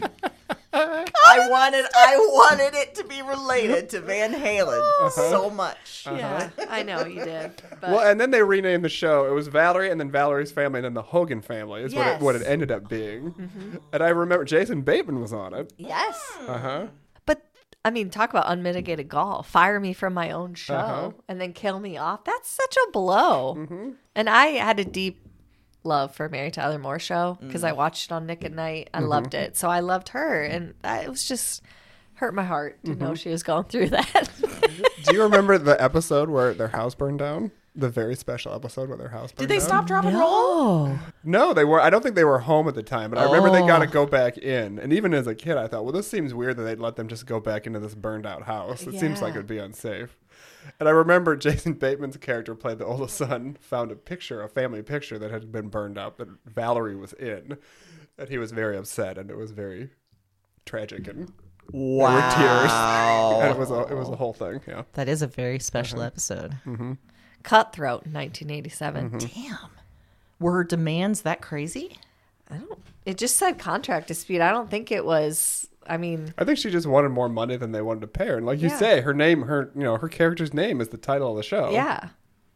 I wanted I wanted it to be related to Van Halen so much.
Uh-huh.
Yeah, I know you did. But
Well, and then they renamed the show. It was Valerie, and then Valerie's family, and then the Hogan family is
Yes.
what, it, what it ended
Mm-hmm.
up being. And I remember Jason Bateman was on it.
yes,
Mm.
Uh huh.
but I mean, talk about unmitigated gall. Fire me from my own show
Uh-huh.
and then kill me off. That's such a blow. And I had a deep love for Mary Tyler Moore show because I watched it on Nick at Night. I loved it. So I loved her. And that, it was just hurt my heart to know she was going through that.
Do you remember the episode where their house burned down? The very special episode where their house burned
Did they
down?
stop, drop, and roll?
oh,
No, they were. I don't think they were home at the time, but I remember they got
Oh.
to go back in. And even as a kid, I thought, well, this seems weird that they'd let them just go back into this burned out house. It seems like
Yeah.
it'd be unsafe. And I remember Jason Bateman's character played the oldest son, found a picture, a family picture that had been burned up that Valerie was in. And he was very upset, and it was very tragic, and there were tears. and it was a, it was a whole thing. Yeah.
That is a very special episode.
Cutthroat, 1987.
Damn. Were demands that crazy?
I don't. It just said contract dispute. I don't think it was. I mean,
I think she just wanted more money than they wanted to pay her. And like you
Yeah.
say, her name, her you know, her character's name is the title of the show.
yeah.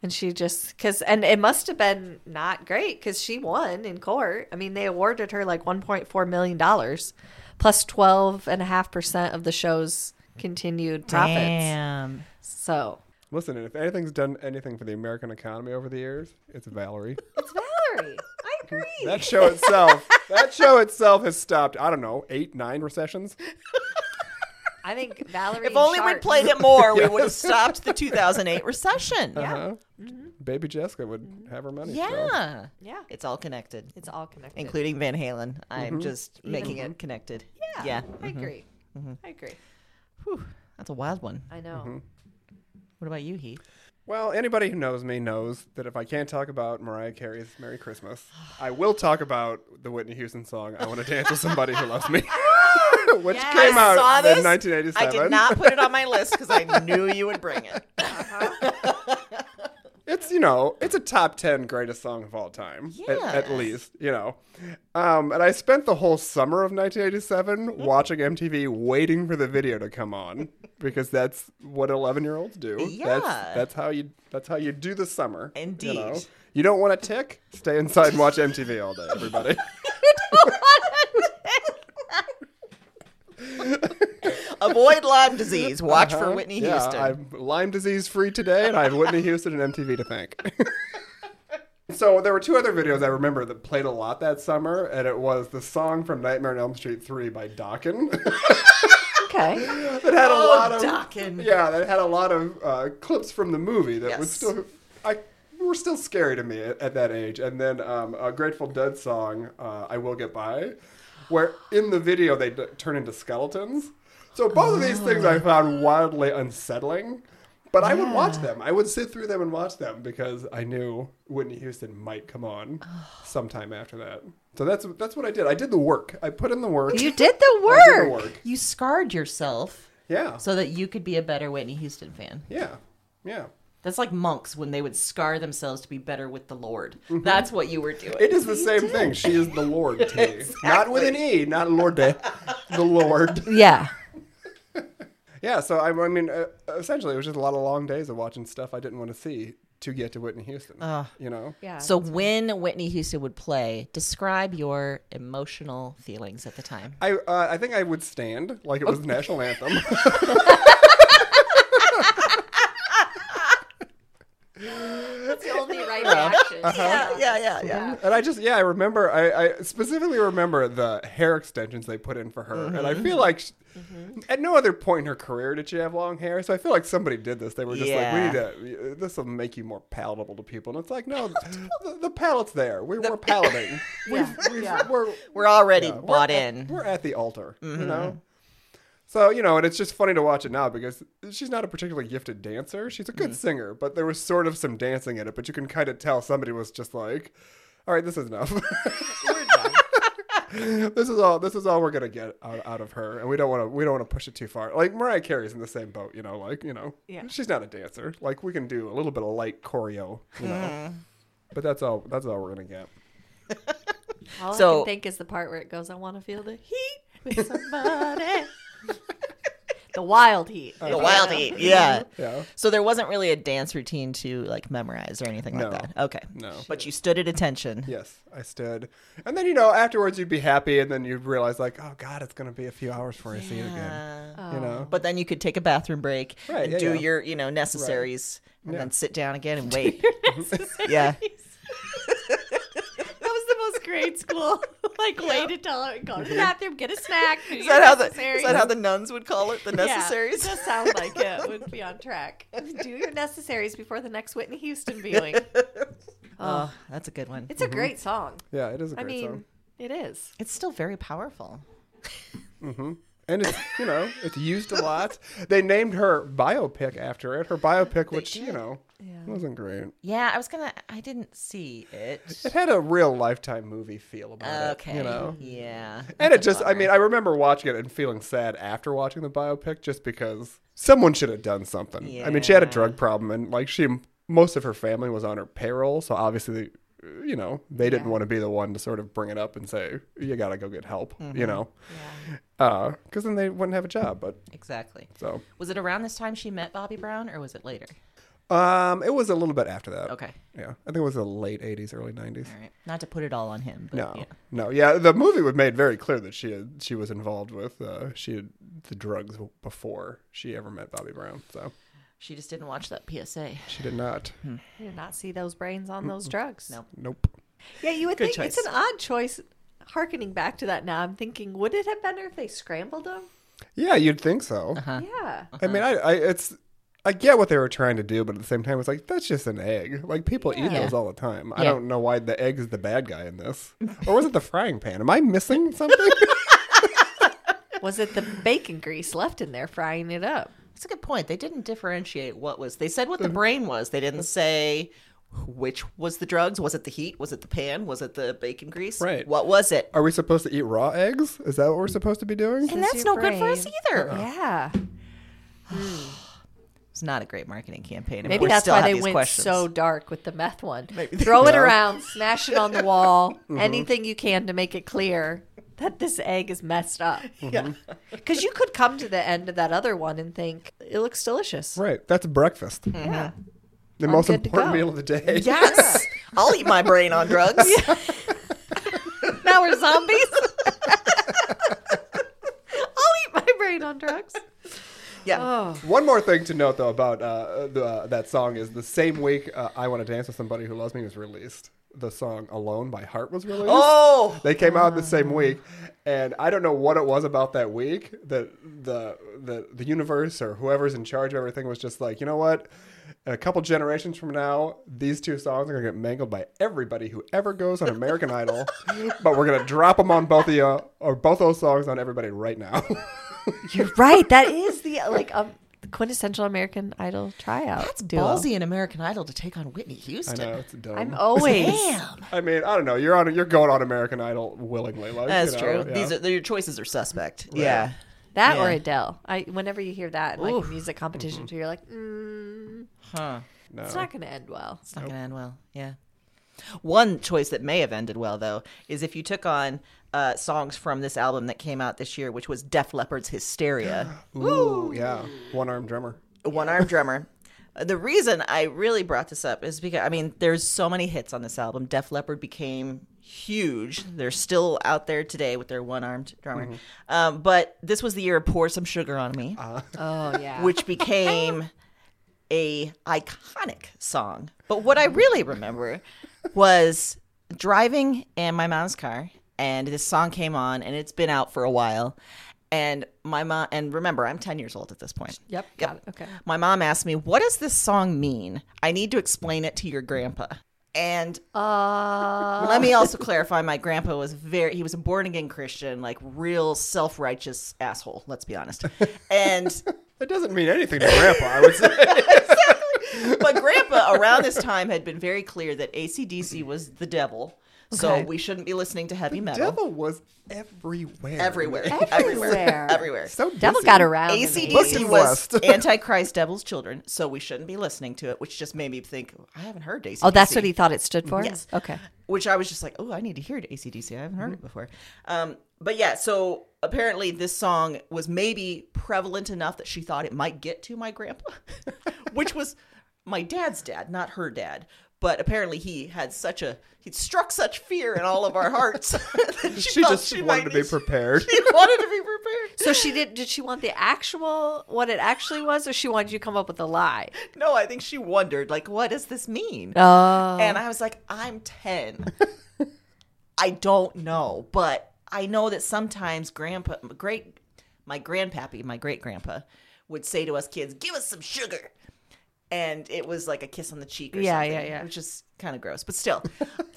And she just because and it must have been not great because she won in court. I mean, they awarded her like 1.4 million dollars, plus 12 and a half percent of the show's continued profits.
Damn.
So
Listen, if anything's done anything for the American economy over the years, it's Valerie.
it's Valerie. I agree.
that show itself, that show itself has stopped. I don't know, eight, nine recessions.
I think Valerie.
If only
we
we'd played it more, we would have stopped the 2008 recession.
Uh-huh. Baby Jessica would have her money.
Oh. Mm-hmm. Yeah.
so.
Yeah,
It's all connected,
it's all connected.
including Van Halen. I'm just making it connected.
Yeah,
Yeah.
I agree.
Mm-hmm.
I agree.
Whew. That's a wild one.
I know.
What about you, Heath?
Well, anybody who knows me knows that if I can't talk about Mariah Carey's "Merry Christmas," I will talk about the Whitney Houston song "I Want to Dance with Somebody Who Loves Me," which
Yes.
came
I
out
saw this.
in 1987.
I did not put it on my list because I knew you would bring it.
it's you know it's a top 10 greatest song of all time at, at
Yes.
least you know um, and i spent the whole summer of 1987
Mm-hmm.
watching mtv waiting for the video to come on because that's what 11 year olds do
Yeah.
that's, that's how you that's how you do the summer you
Indeed.
know? you don't want to tick stay inside and watch mtv all day everybody
Avoid Lyme disease. Watch for
Uh-huh.
Whitney
Yeah,
Houston.
I'm Lyme disease free today, and I have Whitney Houston and MTV to thank. so there were two other videos I remember that played a
Mm-hmm.
lot that summer, and it was the song from Nightmare on Elm Street 3 by Dokken.
Okay.
that had a
Oh,
lot of
Dokken.
yeah, that had a lot of uh, clips from the movie that was
Yes.
still I were still scary to me at, at that age. And then um, a Grateful Dead song, uh, "I Will Get By," where in the video they d- turn into skeletons. So both of these things I found wildly unsettling. But I would watch them. I would sit through them and watch them because I knew Whitney Houston might come on sometime after that. So that's that's what I did. I did the work. I put in the work.
You did the
I did the
work.
work.
You scarred yourself
Yeah.
so that you could be a better Whitney Houston fan.
Yeah. Yeah.
That's like monks when they would scar themselves to be better with the Lord.
Mm-hmm.
That's what you were doing.
It is the same thing. She is the Lord to me. Not with an E, not Lorde. the Lord.
Yeah.
Yeah, so I, I mean, uh, essentially, it was just a lot of long days of watching stuff I didn't want to see to get to Whitney Houston. you know?
Yeah.
so when Whitney Houston would play, describe your emotional feelings at the time.
I, uh, I think I would stand like it was the national anthem.
that's the only right
Uh-huh.
reaction.
yeah, yeah, yeah.
and I just, yeah, I remember, I, I specifically remember the hair extensions they put in for her. And I feel like sh at no other point in her career did she have long hair. So I feel like somebody did this. They were just
Yeah.
like, we need to, this will make you more palatable to people. And it's like, no, the, the palette's there. We, we're palating.
Yeah.
We've- We're,
We're already
yeah, we're
bought
at-
in.
We're at the altar, you know? So, you know, and it's just funny to watch it now because she's not a particularly gifted dancer. She's a good singer, but there was sort of some dancing in it, but you can kind of tell somebody was just like, all right, this is enough. this is all this is all we're gonna get out, out of her and we don't want to we don't want to push it too far like mariah carey's in the same boat you know like you know
Yeah.
she's not a dancer like we can do a little bit of light choreo you know but that's all that's all we're gonna get
All I
So-
can think is the part where it goes, I want to feel the heat with somebody. the wild heat.
The wild heat. Yeah.
yeah
So there wasn't really a dance routine to like memorize or anything
No.
like that. Okay.
No.
But you stood at attention.
Yes, I stood. And then, you know, afterwards you'd be happy and then you'd realize, like, oh, God, it's going to be a few hours before I see it again.
Uh,
oh.
You know?
but then you could take a bathroom break
Right,
and
yeah,
do
yeah.
your, you know, necessaries and
Yeah.
then sit down again and wait. yeah.
That was the most grade school like way to tell her go to the bathroom, get a snack.
Mm-hmm. Is that how the is that how the nuns would call it? The necessaries?
Yeah, it does sound like it would be on track. Do your necessaries before the next Whitney Houston viewing.
Oh, that's a good one. It's,
It's a great song.
Yeah, it is a
I
great
mean,
song.
it is.
still very powerful.
And it's, you know, it's used a lot. They named her biopic after it. Her biopic, which, you
did.
know,
Yeah.
wasn't great.
Yeah, I was gonna. I didn't see it.
It had a real lifetime movie feel about
Okay.
it. You know?
Yeah.
And it
That's a
just, I
bummer.
mean, I remember watching it and feeling sad after watching the biopic just because someone should have done something. I mean, she had a
Yeah.
drug problem and, like, she, most of her family was on her payroll. So obviously, uh, you know, they didn't want to be the one to sort of bring it up and say, you got to go get help,
Mm-hmm.
you know? Because then they wouldn't have a job. But
exactly.
so,
Was it around this time she met Bobby Brown, or was it later?
um, it was a little bit after that.
Okay.
Yeah. I think it was the late 80s, early 90s.
All right. Not to put it all on him. But
No,
Yeah.
no, yeah. The movie was made very clear that she had, she was involved with uh, she had the drugs before she ever met Bobby Brown. So
She just didn't watch that PSA.
she did not.
Hmm.
You did not see those brains on those drugs.
No.
Nope.
Yeah, you would
Good
think
choice.
it's an odd choice. Harkening back to that now, I'm thinking, would it have been if they scrambled them?
Yeah, you'd think so.
Uh-huh.
Yeah.
I mean, I, I it's I get what they were trying to do, but at the same time, it's like that's just an egg. Like people eat
Yeah.
those all the time. I
Yeah.
don't know why the egg is the bad guy in this, or was it the frying pan? Am I missing something?
Was it the bacon grease left in there frying it up?
That's a good point. They didn't differentiate what was. They said what the brain was. They didn't say which was the drugs. Was it the heat? Was it the pan? Was it the bacon grease?
Right.
What was it?
Are we supposed to eat raw eggs? Is that what we're supposed to be doing?
And
Is
that's no
your
good for us
brain-
either.
Yeah.
Uh-uh. It's not a great marketing campaign. and
Maybe
we
that's
still
why
have
they
these
went
questions.
so dark with the meth one. Throw it
Yeah.
around, smash it on the wall,
Mm-hmm.
anything you can to make it clear that this egg is messed up.
Mm-hmm.
Yeah.
Because you could come to the end of that other one and think it looks delicious.
Right. That's breakfast.
Yeah.
Mm-hmm.
The most
good to
important
go.
meal of the day.
Yes. I'll eat my brain on drugs.
Now we're zombies. I'll eat my brain on drugs.
Yeah.
Oh,
One more thing to note, though, about uh, the, uh, that song is the same week uh, "I Want to Dance with Somebody Who Loves Me" was released. The song "Alone" by Heart was released.
Oh.
They came out the same week, And I don't know what it was about that week that the the the universe or whoever's in charge of everything was just like, you know what? A couple generations from now, these two songs are gonna get mangled by everybody who ever goes on American Idol, but we're gonna drop them on both of you or both those songs on everybody right now.
You're right. That is the like um, quintessential American Idol tryout.
That's
duo.
ballsy in American Idol to take on Whitney
I
Houston.
know it's dumb.
I'm always.
Damn,
I mean, I don't know. You're on. You're going on American Idol willingly. Like,
that's
you know,
true.
yeah.
These are your choices are suspect. Yeah,
That or
Yeah.
Adele. I whenever you hear that in like
Oof.
a music competition, too, you're like, mm,
huh?
No.
it's not going to end well.
It's not going to end well. Yeah. One choice that may have ended well, though, is if you took on uh, songs from this album that came out this year, which was Def Leppard's Hysteria,
Ooh, yeah. One armed drummer.
One Arm Drummer. Uh, The reason I really brought this up is because, I mean, there's so many hits on this album. Def Leppard became huge. They're still out there today with their One Armed Drummer. Um, but this was the year of Pour Some Sugar on Me.
Oh yeah.
which became a iconic song. But what I really remember was driving in my mom's car and this song came on and it's been out for a while and my mom and remember I'm 10 years old at this point.
Yep. Got it. Okay.
My mom asked me, "What does this song mean? I need to explain it to your grandpa." And
Uh,
let me also clarify my grandpa was very he was a born again Christian, like real self-righteous asshole, let's be honest. And
That doesn't mean anything to Grandpa. I would say.
but grandpa around this time had been very clear that acdc was the devil so
Okay.
we shouldn't be listening to heavy metal
Devil was everywhere.
everywhere
Everywhere.
everywhere everywhere
So
Devil
busy.
got around. in the
Pussy
acdc
80s.
was
West.
antichrist devil's children so we shouldn't be listening to it which just made me think i haven't heard acdc
Oh, that's what he thought it stood for.
Yes.
Okay.
which I was just like, oh, I need to hear it, ACDC. I
Mm-hmm.
haven't heard it before. Um, but yeah, so apparently this song was maybe prevalent enough that she thought it might get to my grandpa, which was my dad's dad, not her dad. But apparently he had such a, he struck such fear in all of our hearts that she,
She
felt
just
she
wanted
might
to be
need-
prepared.
She wanted to be prepared.
So she did. Did she want the actual what it actually was, or she wanted you to come up with a lie?
No, I think she wondered, like, what does this mean?
Oh.
And I was like, I'm 10. I don't know, but I know that sometimes grandpa, great, my grandpappy, my great grandpa would say to us kids, give us some sugar. And it was like a kiss on the cheek or
Yeah,
something.
yeah, yeah.
Which is kind of gross, but still.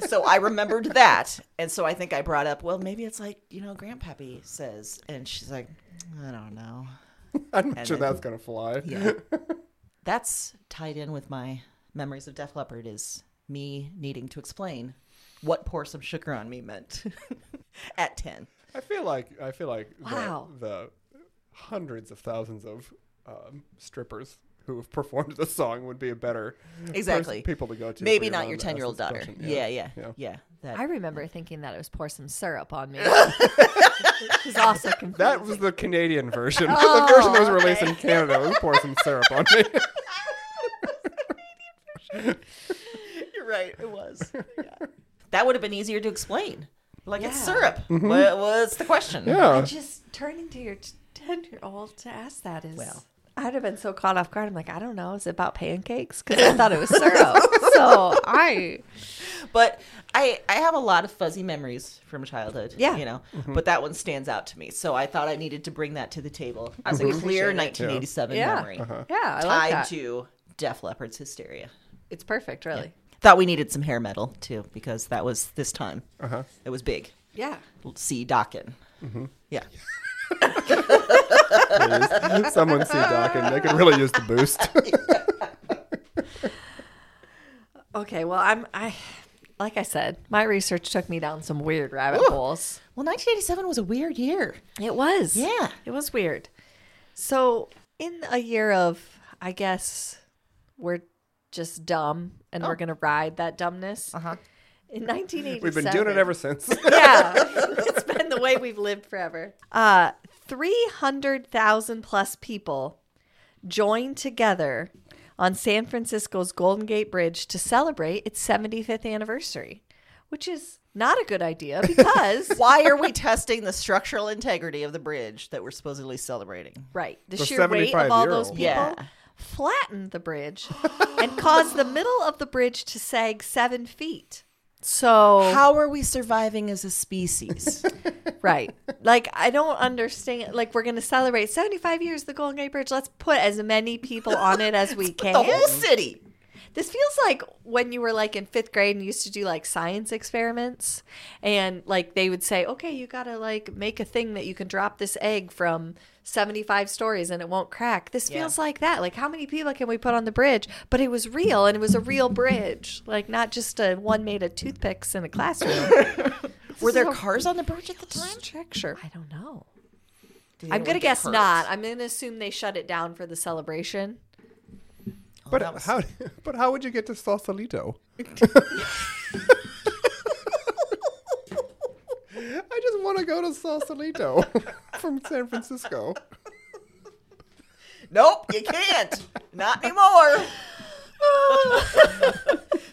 so I remembered that. And so I think I brought up, well, maybe it's like, you know, grandpappy says. And she's like, I don't know.
I'm not sure
then-
that's gonna fly.
Yeah. That's tied in with my memories of Def Leppard is me needing to explain what pour some sugar on me meant at 10.
I feel like I feel like the-
Wow.
the, hundreds of thousands of um, strippers who have performed the song would be a better pers-
Exactly.
people to go to.
Maybe
for
not your
own
10 year old daughter.
satisfaction.
Yeah, yeah, yeah.
yeah.
that-
I remember thinking that it was pour some syrup on me. It was also confusing.
That was the Canadian version. the version that was released in Canada was pour some syrup on me.
You're right. It was. Yeah. That would have been easier to explain. Like it's
Yeah.
syrup. What, what's the question?
yeah.
just turning to your ten year old to ask that is.
Well.
I'd have been so caught off guard. I'm like, I don't know. Is it about pancakes? Because I thought it was syrup. so I.
But I, I have a lot of fuzzy memories from childhood.
Yeah.
You know, but that one stands out to me. So I thought I needed to bring that to the table as a clear 1987
Yeah. Uh-huh.
memory.
Uh-huh.
Yeah, I like
tied
that.
to Def Leppard's Hysteria.
It's perfect, really.
Thought we needed some hair metal too because that was this time.
Uh-huh.
It was big.
Yeah.
See Dokken.
Mm-hmm.
Yeah.
Please. Someone see Doc and they could really use the boost.
Okay. Well, I'm. I. Like I said, my research took me down some weird rabbit holes.
Well, 1987 was a weird year.
It was.
Yeah.
It was weird. So, in a year of, I guess, we're just dumb and we're going to ride that dumbness.
Oh. Uh-huh.
In 1987.
We've been doing it ever since.
Yeah. it's been the way we've lived forever. Uh, 300,000 plus people joined together on San Francisco's Golden Gate Bridge to celebrate its 75th anniversary, which is not a good idea because
Why are we testing the structural integrity of the bridge that we're supposedly celebrating?
Right. The
For
sheer weight
75
of all
euro.
those people
Yeah.
flattened the bridge and caused the middle of the bridge to sag seven feet. So
How are we surviving as a species?
right, like I don't understand. Like we're gonna celebrate 75 years of the Golden Gate Bridge. Let's put as many people on it as we can.
the whole city.
This feels like when you were like in fifth grade and you used to do like science experiments, and like they would say, okay, you gotta like make a thing that you can drop this egg from 75 stories and it won't crack. This
Yeah.
feels like that. Like, how many people can we put on the bridge? But it was real and it was a real bridge, like not just a one made of toothpicks in a classroom.
Were there
is a
cars on the bridge at the time?
Structure. I don't know.
Did
I'm
anyone
gonna
get
guess
hurt?
not. I'm gonna assume they shut it down for the celebration.
But
that was-
how? But how would you get to Sausalito? I just want to go to Sausalito from San Francisco.
Nope, you can't. not anymore.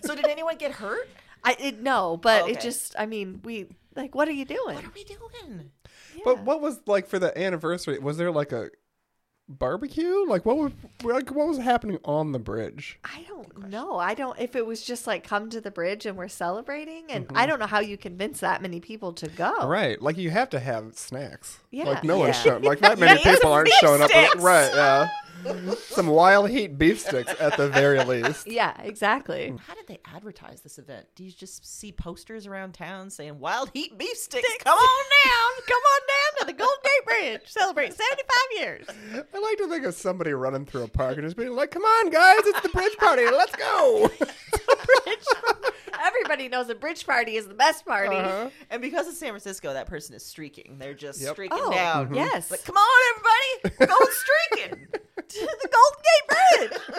so did anyone get hurt?
I it, no, but
Oh,
it
okay.
just. I mean, we like. What are you doing?
What are we doing?
Yeah.
But what was like for the anniversary? Was there like a barbecue? Like what was like what was happening on the bridge?
I don't know. I don't. If it was just like come to the bridge and we're celebrating, and
Mm-hmm.
I don't know how you convince that many people to go.
Right, like you have to have snacks.
Yeah.
like no one's
Yeah.
showing. Like that many
You need
people
some
aren't
beef
showing
sticks.
up. Right, yeah. Some wild heat beef sticks at the very least.
Yeah. Exactly.
How did they advertise this event? Do you just see posters around town saying "Wild Heat Beef Sticks"? Come on down,
Come on down to the Golden Gate Bridge. Celebrate 75 years.
I like to think of somebody running through a park and just being like, "Come on, guys, it's the bridge party. Let's go!"
Everybody knows a bridge party is the best party.
Uh-huh.
and because it's San Francisco, that person is streaking. They're just
Yep. mm-hmm.
streaking
Oh,
down.
mhm. yes.
like come on, everybody, we're going streaking to the Golden Gate Bridge.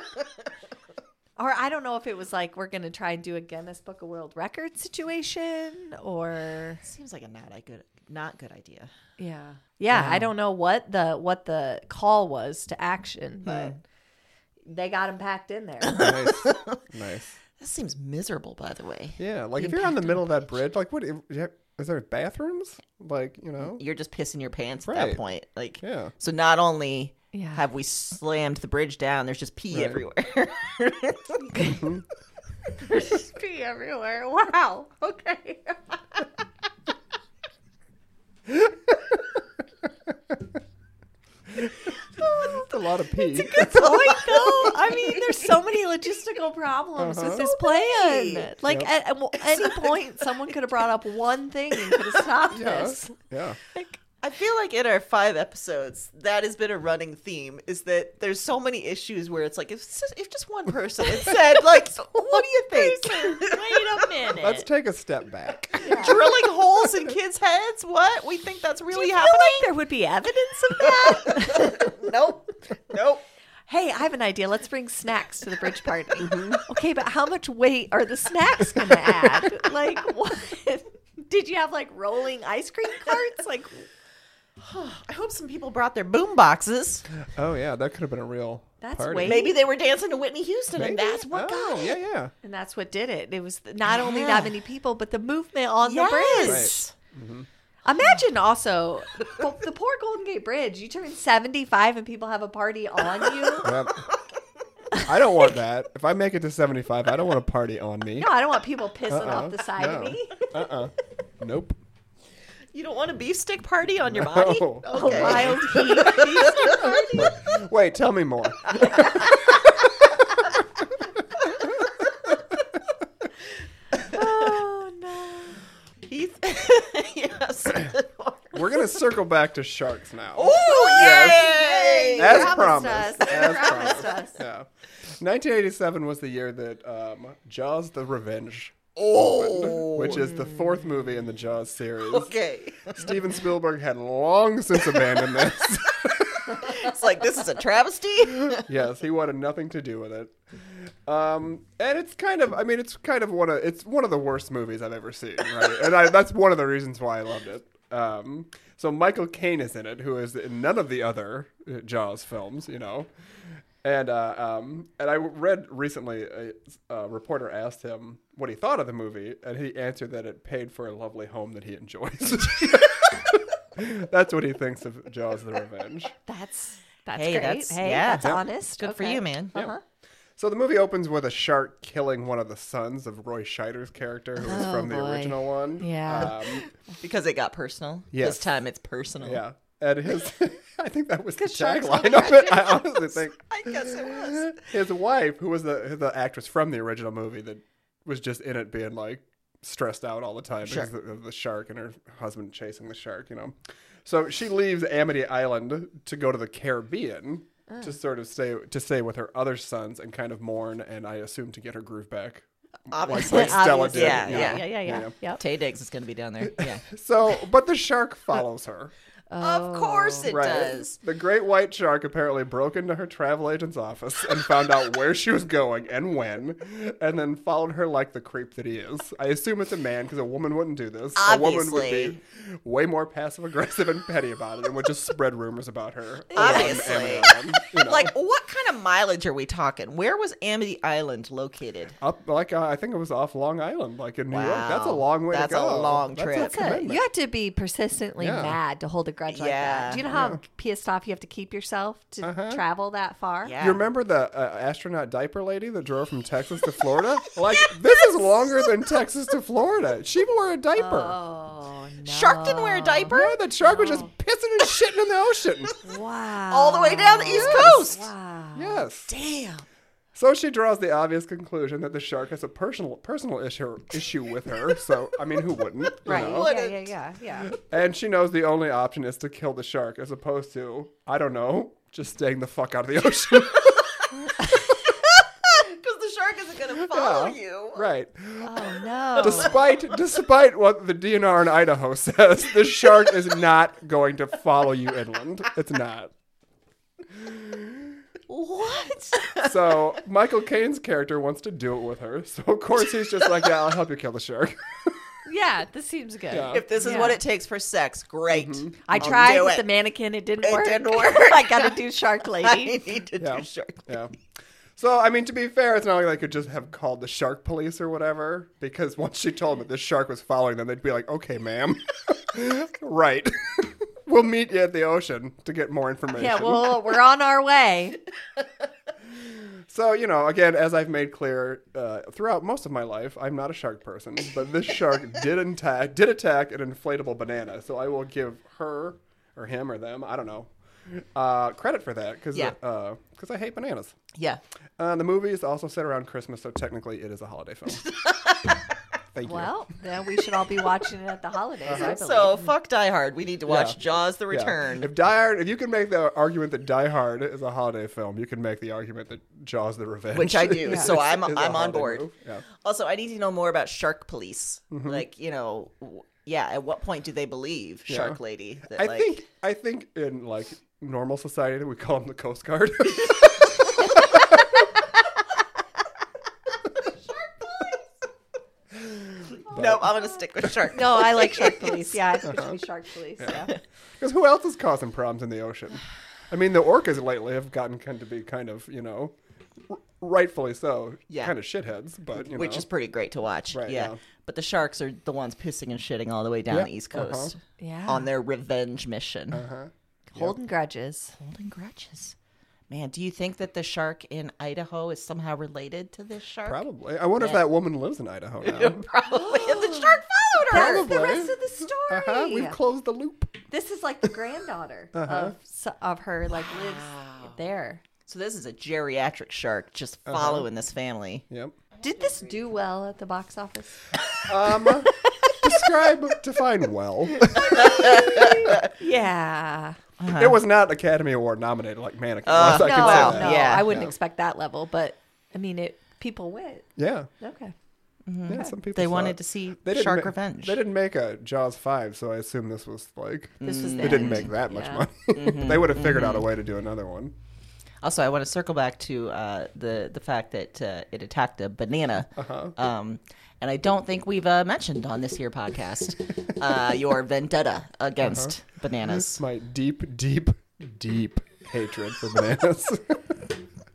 Or I don't know if it was like we're gonna try and do a Guinness Book of World Record situation, or
Seems like a not a good, not good idea.
Yeah. Yeah, I don't know what the what the call was to action, but they got him packed in there.
nice, nice.
That seems miserable, by the way.
Yeah, like if you're on the middle of that bridge, like what? Is there bathrooms? Like you know?
You're just pissing your pants at
Right.
that point. Like,
Yeah.
so not only
Yeah.
have we slammed the bridge down, there's just pee
Right.
everywhere.
There's pee everywhere. Wow. Okay.
It's a lot of pee.
Point though. I mean, there's so many logistical problems
Uh-huh.
with this plan.
many.
Like
Yep.
at, at w- any point, someone could have brought up one thing and could have stopped
Yeah.
this.
Yeah.
I feel like in our five episodes, that has been a running theme is that there's so many issues where it's like, if, s- if just one person had said, like, what do you think?
Wait a minute.
Let's take a step back.
Drilling holes in kids' heads? What? We think that's really
I feel
happening?
like there would be evidence of that.
nope. Nope.
hey, I have an idea. Let's bring snacks to the bridge party. Okay, but how much weight are the snacks going to add? Like, what? Did you have like rolling ice cream carts? Like,
I hope some people brought their boom boxes.
Oh yeah, that could have been a real.
That's
party.
way-
Maybe they were dancing to Whitney Houston,
Maybe.
and that's what
oh,
got
Yeah,
it.
yeah.
and that's what did it. It was not only
Yeah.
that many people, but the movement on the bridge.
Yes.
Imagine also the the poor Golden Gate Bridge. You turn 75 and people have a party on you.
Yep. I don't want that. If I make it to 75, I don't want a party on me.
No, I don't want people pissing
Uh-uh.
off the side of
No.
me.
Uh-uh. Nope.
You don't want a beef stick party on your body?
No.
A wild
Wait, tell me more.
Oh, no.
Heath. yes. Ooh,
We're gonna circle back to sharks now.
yes.
Yay!
As
You promised
promised.
us. You
As
promised
promised.
us.
Yeah. 1987 was the year that um, Jaws: The Revenge,
Oh.
which is the fourth movie in the Jaws series,
Okay.
Steven Spielberg had long since abandoned this.
It's like, this is a travesty.
yes, he wanted nothing to do with it. Um, and it's kind of, I mean, it's kind of one of, it's one of the worst movies I've ever seen, right? and I, that's one of the reasons why I loved it. Um, so Michael Caine is in it, who is in none of the other uh, Jaws films, you know. And uh, um, and I read recently a, a reporter asked him what he thought of the movie, and he answered that it paid for a lovely home that he enjoys. That's what he thinks of Jaws: The Revenge.
That's that's
Hey,
great.
that's-
hey,
yeah.
that's
Yep.
honest.
Good for you, man.
Uh-huh.
So the movie opens with a shark killing one of the sons of Roy Scheider's character, who was
Oh,
from the
boy.
original one.
Yeah.
Um,
because it got personal.
Yes.
This time it's personal.
yeah. And his, I think that was the
sharks
tagline
love
of it. I honestly think
I guess it was.
his wife, who was the the actress from the original movie, that was just in it being like stressed out all the time because of the, the shark and her husband chasing the shark, you know. So she leaves Amity Island to go to the Caribbean
Ah.
to sort of stay to stay with her other sons and kind of mourn and I assume to get her groove back.
Obviously.
Like Stella
Obviously.
did.
Yeah,
you know.
yeah.
yeah, yeah, yeah.
Yeah.
Yep.
Tay Diggs is going to be down there. Yeah. Oh.
So, but the shark follows her.
Of course it
Right.
does.
The great white shark apparently broke into her travel agent's office and found out where she was going and when, and then followed her like the creep that he is. I assume it's a man because a woman wouldn't do this. A woman would be way more passive aggressive and petty about it and would just spread rumors about her. around
Obviously.
Amazon, you know.
Like, what kind of mileage are we talking? Where was Amity Island located?
Up, like uh, I think it was off Long Island, like in New York. That's a
Wow.
long way
That's
to
a
go.
long trip.
That's a, you have to be persistently
Yeah.
mad to hold a grudge like that.
Yeah.
Do you know how pissed off you have to keep yourself to
Uh-huh.
travel that far?
Yeah.
You remember the uh, astronaut diaper lady that drove from Texas to Florida? Like this is longer than Texas to Florida. She wore a diaper.
Oh no!
Shark didn't wear a diaper
Yeah, the shark was just pissing and shitting in the ocean.
Wow!
all the way down the East Coast.
Wow!
Yes.
Damn.
So she draws the obvious conclusion that the shark has a personal personal issue issue with her. So I mean, who wouldn't? you
Right?
know?
Yeah, yeah, yeah, yeah.
And she knows the only option is to kill the shark, as opposed to I don't know, just staying the fuck out of the ocean.
Because the shark isn't going to follow you.
right.
Oh no!
Despite despite what the DNR in Idaho says, the shark is not going to follow you inland. It's not.
What?
So Michael Caine's character wants to do it with her. So of course he's just like, yeah, I'll help you kill the shark.
yeah, this seems good.
Yeah.
if this is
Yeah.
what it takes for sex, great.
I
I'll
tried
do
with
it.
the mannequin; it didn't
It
work.
didn't work.
I got to do Shark
I
Lady.
need to
Yeah.
do shark.
Yeah. So I mean, to be fair, it's not like they could just have called the shark police or whatever. Because once she told them that this shark was following them, they'd be like, "Okay, ma'am, right, we'll meet you at the ocean to get more information."
yeah, well, we're on our way.
So you know, again, as I've made clear uh, throughout most of my life, I'm not a shark person, but this shark did attack did attack an inflatable banana. So I will give her or him or them, I don't know, uh, credit for that because
Yeah.
I hate bananas.
Yeah.
Uh, the movie is also set around Christmas, so technically it is a holiday film. Thank
Well, then we should all be watching it at the holidays. I believe.
So fuck Die Hard. We need to watch
Yeah.
Jaws: The
you. Yeah.
Return.
If Die Hard, if you can make the argument that Die Hard is a holiday film, you can make the argument that Jaws: The Revenge,
Which I do, so
is-
I'm-
is a
I'm on
holiday
board.
move. Yeah.
Also, I need to know more about shark police.
Mm-hmm.
Like, you know, w- yeah. At what point do they believe Shark
Yeah.
Lady? That,
I
like,
think I think in like normal society we call them the Coast Guard.
no, I'm gonna stick with Shark.
no, Oh, I like Shark Police. Yeah, I think it should be Shark Police. yeah.
Because who else is causing problems in the ocean? I mean, the orcas lately have gotten kind to be kind of you know, r- rightfully so,
Yeah.
kind of shitheads. But you
which
know.
is pretty great to watch.
Right,
yeah.
yeah.
But the sharks are the ones pissing and shitting all the way down
Yeah,
the East
uh-huh.
Coast
Yeah.
on their revenge mission.
Holding grudges.
Holding grudges. Man, do you think that the shark in Idaho is somehow related to this shark?
probably. I wonder if
Yeah.
that woman lives in Idaho now.
Probably. and the shark followed her.
That's the
Probably.
rest of the story.
uh-huh, we've Uh-huh. closed the loop.
This is like the granddaughter of s of her, like lives there.
So this is a geriatric shark just following this family.
Yep.
Did this do well at the box office?
Um, describe, define well.
Yeah.
Uh-huh.
It was not Academy Award nominated like Mannequin. was, I
no,
can say that.
no,
Uh, Yeah.
I wouldn't
Yeah.
expect that level, but I mean, it. People went.
Yeah.
Okay.
Yeah, some people
They
saw
wanted
it.
to see
They didn't
shark
ma-
revenge.
They didn't make a Jaws five, so I assume this was like
This
Mm.
was. The
they didn't
end.
make that much
Yeah.
money.
Mm-hmm.
they would have figured out a way to do another one.
Also, I want to circle back to uh, the the fact that uh, it attacked a banana, um, and I don't think we've uh, mentioned on this here podcast uh, your vendetta against bananas.
My deep, deep, deep hatred for bananas.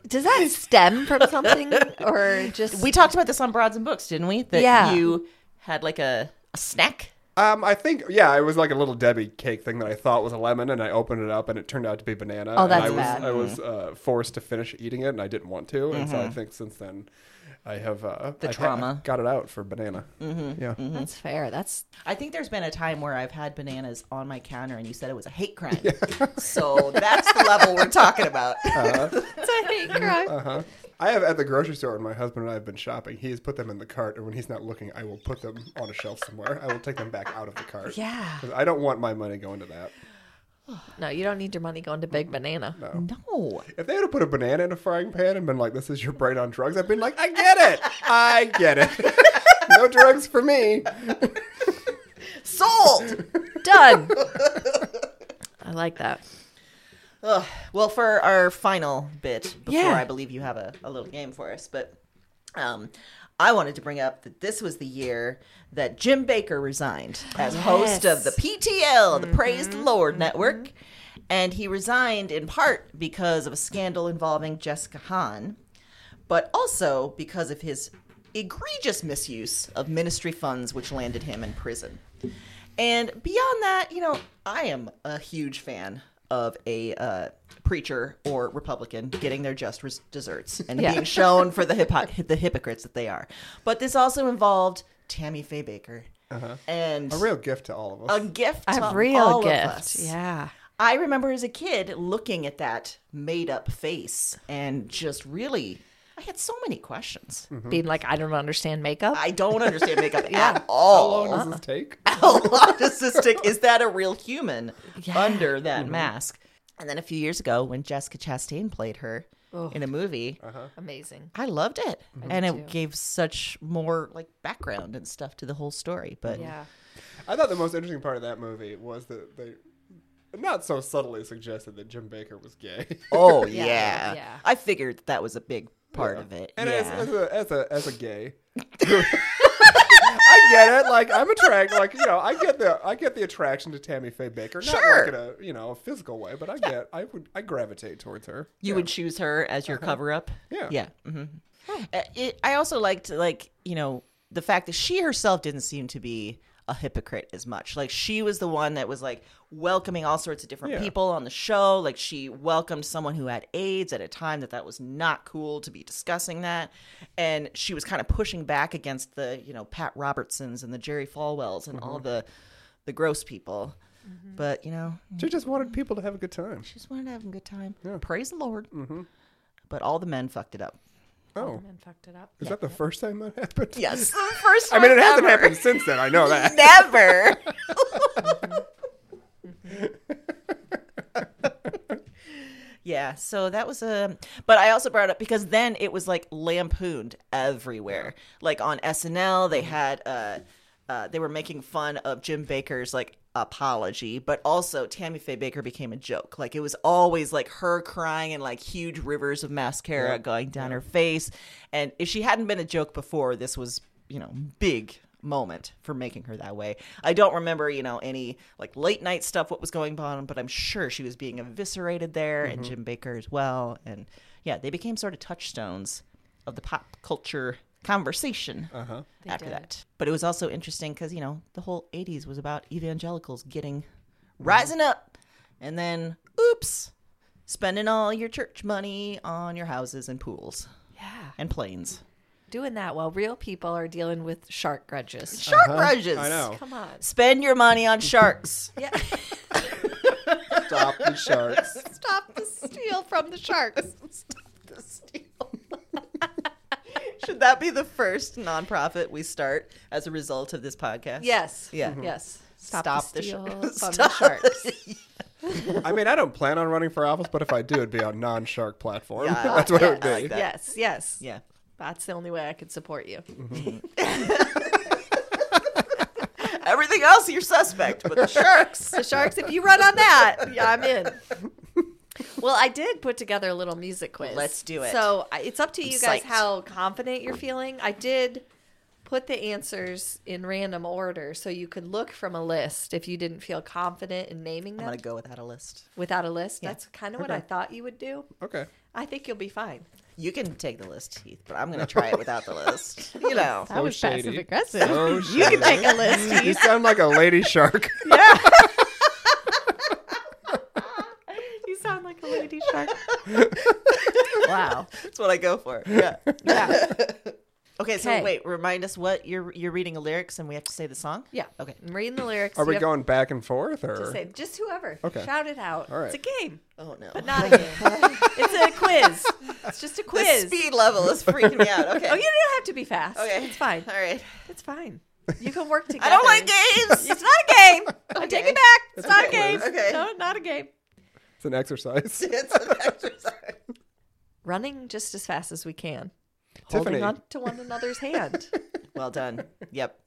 Does that stem from something or just?
We talked about this on Broads and Books, didn't we? That
Yeah.
you had like a, a snack
Um, I think yeah, it was like a little Debbie cake thing that I thought was a lemon, and I opened it up, and it turned out to be banana.
Oh,
and
that's
I was,
bad.
I was
Mm-hmm.
uh, forced to finish eating it, and I didn't want to, and so I think since then, I have uh,
The
I've ha-
trauma.
got it out for banana. Mm-hmm, yeah,
That's fair. That's
I think there's been a time where I've had bananas on my counter and you said it was a hate crime. So that's the level we're talking about.
it's a hate crime.
Uh.
uh-huh. I have at the grocery store when my husband and I have been shopping. He has put them in the cart, and when he's not looking, I will put them on a shelf somewhere. I will take them back out of the cart.
Yeah.
'Cause I don't want my money going to that.
No, you don't need your money going to Big Banana.
No.
If they would have put a banana in a frying pan and been like, "This is your brain on drugs," I've been like, "I get it, I get it." no drugs for me.
Sold.
Done. I like that.
Ugh. Well, for our final bit, before
Yeah.
I believe you have a, a little game for us, but um, I wanted to bring up that this was the year that Jim Baker resigned as host of the PTL, the Praise the Lord Network. And he resigned in part because of a scandal involving Jessica Hahn, but also because of his egregious misuse of ministry funds, which landed him in prison. And beyond that, you know, I am a huge fan of a uh, preacher or Republican getting their just res- desserts and
Yeah.
being shown for the hypo- the hypocrites that they are. But this also involved Tammy Faye Baker and
Uh-huh. A real gift to all of us.
a gift to
A real
all of
gift.
us.
Yeah.
I remember as a kid looking at that made up face and just really, I had so many questions.
Being like, I don't understand makeup.
I don't understand makeup at all.
How long does this take?
how long does this stick? Is that a real human
Yeah. Mm-hmm.
under that mask? And then a few years ago, when Jessica Chastain played her in a movie,
Amazing.
I loved it, and it
Uh-huh. Mm-hmm. too.
gave such more like background and stuff to the whole story. But
Yeah.
I thought the most interesting part of that movie was that they not so subtly suggested that Jim Baker was gay.
oh
Yeah,
yeah.
yeah.
I figured that was a big part of it.
And
yeah.
as, as, a, as a as a gay, I get it. Like I'm attracted. Like you know, I get the I get the attraction to Tammy Faye Baker. Not
Sure.
like in a you know a physical way, but I get I would I gravitate towards her.
You would choose her as your cover up.
Uh-huh. Yeah.
Yeah. hmm It, I also liked like you know the fact that she herself didn't seem to be a hypocrite as much. Like she was the one that was like welcoming all sorts of different
Yeah.
people on the show. Like she welcomed someone who had AIDS at a time that that was not cool to be discussing that, and she was kind of pushing back against the you know Pat Robertsons and the Jerry Falwells and
Mm-hmm.
all the the gross people. But you know,
She just wanted people to have a good time.
she just wanted to have a good time. Praise the Lord.
Mm-hmm.
But all the men fucked it up.
Oh,
And fucked it up.
is that the first time that happened?
Yes. First
I mean, it
one
hasn't
ever.
happened since then. I know that.
Never. yeah, so that was a. But I also brought up because then it was like lampooned everywhere. Like on SNL, they had. Uh, uh, they were making fun of Jim Baker's like apology, but also Tammy Faye Baker became a joke. Like it was always like her crying and like huge rivers of mascara going down her face. And if she hadn't been a joke before, this was you know big moment for making her that way. I don't remember, you know, any like late night stuff what was going on, but I'm sure she was being eviscerated there
Mm-hmm.
and Jim Baker as well. And yeah, they became sort of touchstones of the pop culture conversation
Uh-huh.
after that. But it was also interesting cuz you know, the whole 80s was about evangelicals getting rising up and then oops, spending all your church money on your houses and pools
Yeah.
and planes.
Doing that while real people are dealing with shark grudges.
Shark grudges.
Uh-huh. I know.
Come on.
Spend your money on sharks.
Yeah.
Stop the sharks.
Stop the steal from the sharks.
the steal. Should that be the first nonprofit we start as a result of this podcast?
Yes.
Yeah.
Yes. Stop, the,
Mm-hmm. Stop, the,
steal
shark.
from the
Stop-
sharks.
I mean, I don't plan on running for office, but if I do, it'd be on non-shark platform.
Yeah, I
That's
like
what
that. I
it would
like
be.
that.
Yes. Yes.
yeah. Mm-hmm.
That's the only way I could support you.
Everything else, you're suspect, but the sharks.
The sharks, if you run on that, yeah, I'm in. Well, I did put together a little music quiz.
Let's do it.
So I- it's up to you guys
psyched.
how confident you're feeling. I did put the answers in random order so you could look from a list if you didn't feel confident in naming
I'm
them
going to go without a list.
without a list. That's kind of what I
Okay.
thought you would do.
Okay.
I think you'll be fine.
You can take the list, Heath, but I'm gonna try it without the list. You know.
That was
shady.
passive aggressive.
So
you can
shady.
take a list.
You sound like a lady shark.
yeah.
You sound like a lady shark.
Wow.
That's what I go for. Yeah.
Yeah.
Okay, so
Okay.
wait, remind us what you're you're reading the lyrics and we have to say the song?
Yeah.
Okay.
I'm reading the lyrics.
Are
You
we
have
going back and forth
To
or?
say, just whoever.
Okay.
Shout it out.
All
It's
right.
a game,
Oh no.
but not a game. it's a quiz. It's just a
the
quiz.
speed level is freaking me out. Okay.
Oh, you don't have to be fast.
Okay.
It's fine.
All right.
It's fine. You can work together.
I don't like games.
It's not a game. I take
Okay.
it back. It's,
It's
not
a
a game.
quiz. Okay.
No, not a game.
It's an exercise.
it's an exercise.
Running just as fast as we can.
Tiffany.
Holding on to one another's hand.
Well done. Yep.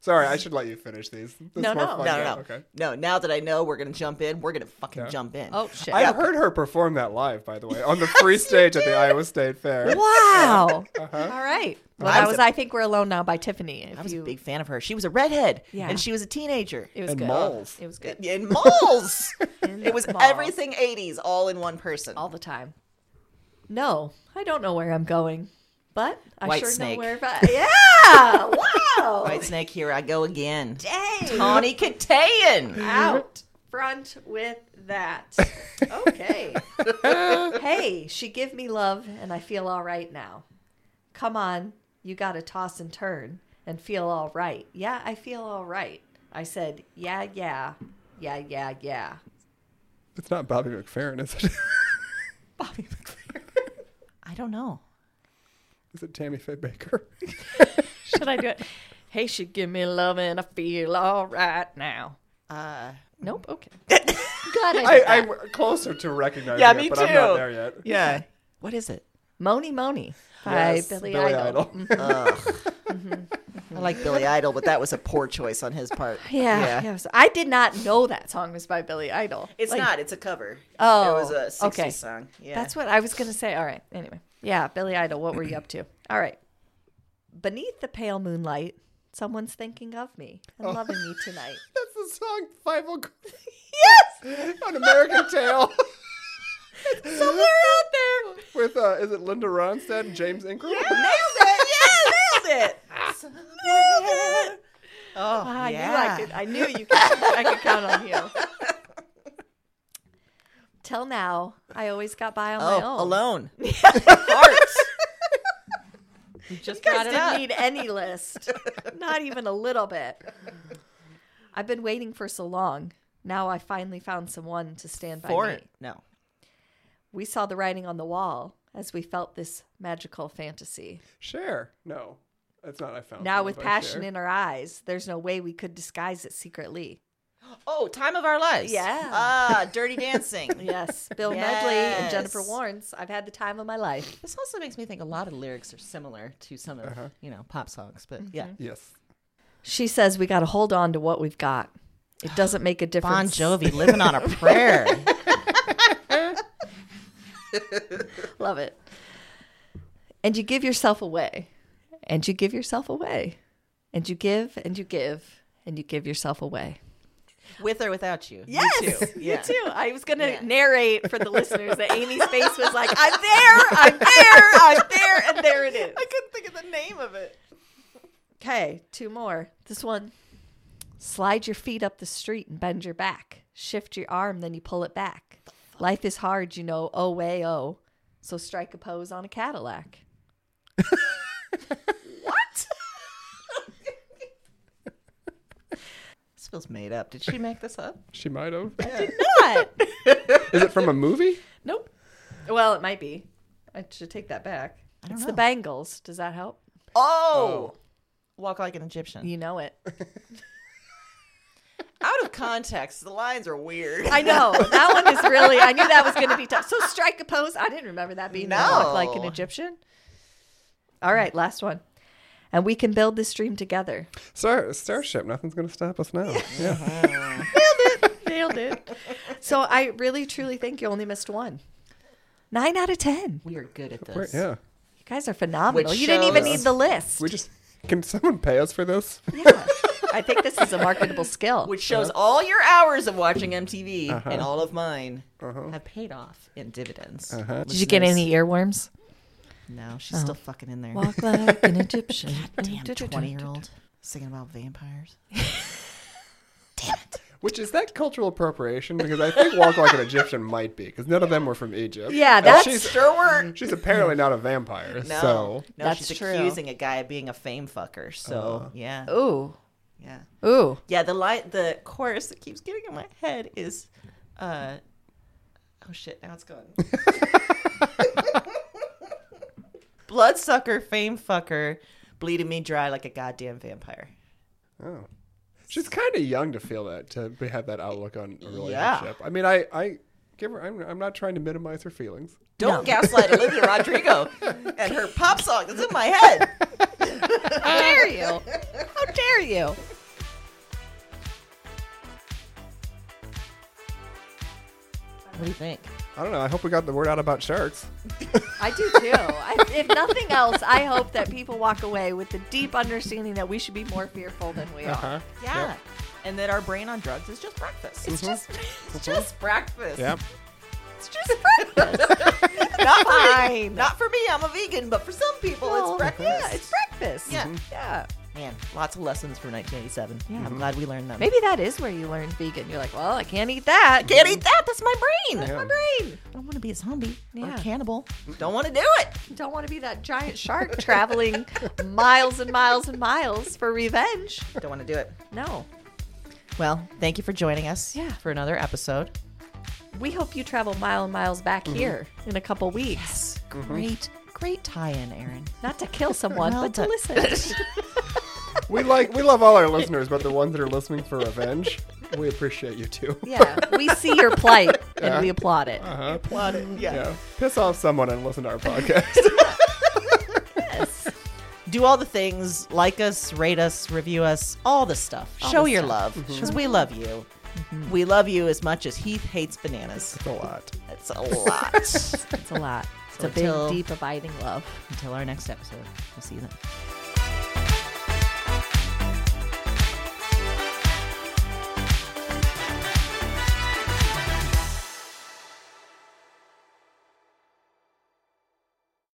Sorry, I should let you finish these. This is
No,
more
no.
fun
No, no,
now.
no.
Okay.
No, now that I know we're gonna jump in, we're gonna fucking
Yeah.
jump in.
Oh shit.
I heard her perform that live, by the way, on the free stage at the Iowa State Fair.
Wow. All right. Well,
I
that
was
was
a-
I think we're alone now by Tiffany. If
I was
you,
a big fan of her. She was a redhead.
Yeah.
And she was a teenager.
it was
And
good.
malls.
It was good.
in malls.
In
it was
malls.
everything 80s all in one person.
all the time. No, I don't know where I'm going, but I
White
sure
snake.
know where. I, yeah. Wow.
White Snake, here I go again.
Dang.
Tawny Katayan.
out front with that. Okay. hey, she give me love and I feel all right now. Come on, you got to toss and turn and feel all right. Yeah, I feel all right. I said, yeah, yeah, yeah, yeah, yeah.
It's not Bobby McFerrin, is it?
Bobby McFerrin.
I don't know.
Is it Tammy Faye Baker?
Should I do it? Hey, she give me love and I feel all right now.
Uh,
Nope. Okay. Got it.
I, I'm closer to recognizing
Yeah,
it,
me
but I'm not
too.
there yet.
yeah. What is it?
Moni Moni by
Yes,
Billy,
Billy
Idol.
Idol.
Mm-hmm,
I like Billy Idol, but that was a poor choice on his part.
Yeah, yeah, so I did not know that song was by Billy Idol.
It's
Like,
not. It's a cover.
Oh,
it was a 60s
okay.
song. Yeah,
That's what I was going to say. All right. Anyway. Yeah, Billy Idol, what were you up to? All right. Beneath the pale moonlight, someone's thinking of me and loving me tonight.
That's the song Five Oak
yes!
on American Tail
Somewhere out there.
with, uh, is it Linda Ronstadt and James Ingram?
Nailed it. Yeah, nailed it. Nailed it.
Oh,
I
yeah.
knew I could. I knew you could. I could count on you. Till now, I always got by on my own.
Oh, alone. Hearts.
Just guys didn't need any list, not even a little bit. I've been waiting for so long. Now I finally found someone to stand by me.
Foreign. No.
We saw the writing on the wall as we felt this magical fantasy.
Share. No. That's not I found.
now
Someone
with
by
passion
Cher.
in our eyes, there's no way we could disguise it secretly.
Oh, Time of Our Lives.
Yeah.
Ah, Dirty Dancing.
Yes, Bill Medley and Jennifer
Yes.
Warnes. I've had the time of my life.
This also makes me think a lot of lyrics are similar to some of you know pop songs, but yeah.
Yes.
She says we got to hold on to what we've got. It doesn't make a
Bon
difference.
Jovi, Living on a Prayer.
Love it. And you give yourself away. And you give yourself away. And you give and you give and you give yourself away.
With or without you. You too.
You too. I was going to
Yeah.
narrate for the listeners that Amy's face was like, I'm there, I'm there, I'm there, and there it is.
couldn't think of the name of it.
Okay, two more. This one slide your feet up the street and bend your back. Shift your arm, then you pull it back. Life is hard, you know. Oh, way, oh. So strike a pose on a Cadillac.
What? this feels made up. Did she make this up?
She might have.
What?
Is it from a movie?
Nope. Well, it might be. I should take that back.
don't
It's
know.
the Bangles. Does that help?
Oh. Walk like an Egyptian.
You know it.
Out of context, the lines are weird.
I know. That one is really, I knew that was going to be tough. So strike a pose. I didn't remember that being
No.
no. like an Egyptian. All right, last one. And we can build this dream together.
Star Starship. Nothing's gonna stop us now. Yeah.
Nailed it. So I really, truly think you only missed one. Nine out of 10.
We are good at
Right,
this.
yeah.
You guys are phenomenal.
Which
you didn't even
shows-
need the list.
We just can someone pay us for this?
yeah. I think this is a marketable skill.
Which shows all your hours of watching MTV
Uh-huh.
and all of mine have paid off in dividends.
Did you get any earworms?
No, she's still fucking in there.
Walk like an Egyptian.
Damn, twenty-year-old singing about vampires.
Which is that cultural appropriation? Because I think Walk Like an Egyptian might be, because none of them were from Egypt.
Yeah,
And
that's
she's,
Sure work.
she's apparently not a vampire.
No,
So
no,
That's
she's
true.
accusing a guy of being a fame fucker. So yeah,
Ooh,
yeah,
ooh.
yeah. The light, the chorus that keeps getting in my head is, uh, oh shit, now it's gone. Bloodsucker, fame fucker, bleeding me dry like a goddamn vampire.
Oh. She's kind of young to feel that, to be- have that outlook on a relationship.
Yeah.
I mean, I, I give her, I'm, I'm not trying to minimize her feelings.
Don't gaslight Olivia Rodrigo and her pop song that's in my head.
How dare you? How dare you?
What do you think?
I don't know. I hope we got the word out about sharks.
I do too. I, if nothing else, I hope that people walk away with the deep understanding that we should be more fearful than we are.
Uh-huh.
Yeah. And that our brain on drugs is just breakfast.
It's just,
It's
Mm-hmm.
just breakfast.
Yep.
it's just breakfast.
Not for me.
Fine.
Not for me. I'm a vegan, but for some people,
Well,
it's breakfast.
Yeah, it's breakfast. Mm-hmm.
Yeah.
yeah.
Oh. Man, lots of lessons from 1987. Yeah, I'm glad we learned them.
Maybe that is where you learn vegan. You're like, well, I can't eat that.
can't eat that. That's my brain.
Yeah.
my brain.
I don't want to be a zombie or
Yeah.
a cannibal. Don't want to do it.
Don't want to be that giant shark traveling miles and miles and miles for revenge.
Don't want to do it.
No.
Well, thank you for joining us
Yeah.
for another episode.
We hope you travel mile and miles back here in a couple weeks.
Great, great tie-in, Aaron.
Not to kill someone,
Well,
but to
but-
listen.
We like, we love all our listeners, but the ones that are listening for revenge, we appreciate you too.
yeah. We see your plight and we applaud it.
Uh-huh.
Plot it.
Yeah. Piss off someone and listen to our podcast.
Yes.
do all the things like us rate us review us all the stuff show
the
your
stuff.
love because we love you we love you as much as heath hates bananas
a lot.
that's a lot
It's a lot. It's a
Until-
big, deep, abiding love.
until our next episode we'll see you then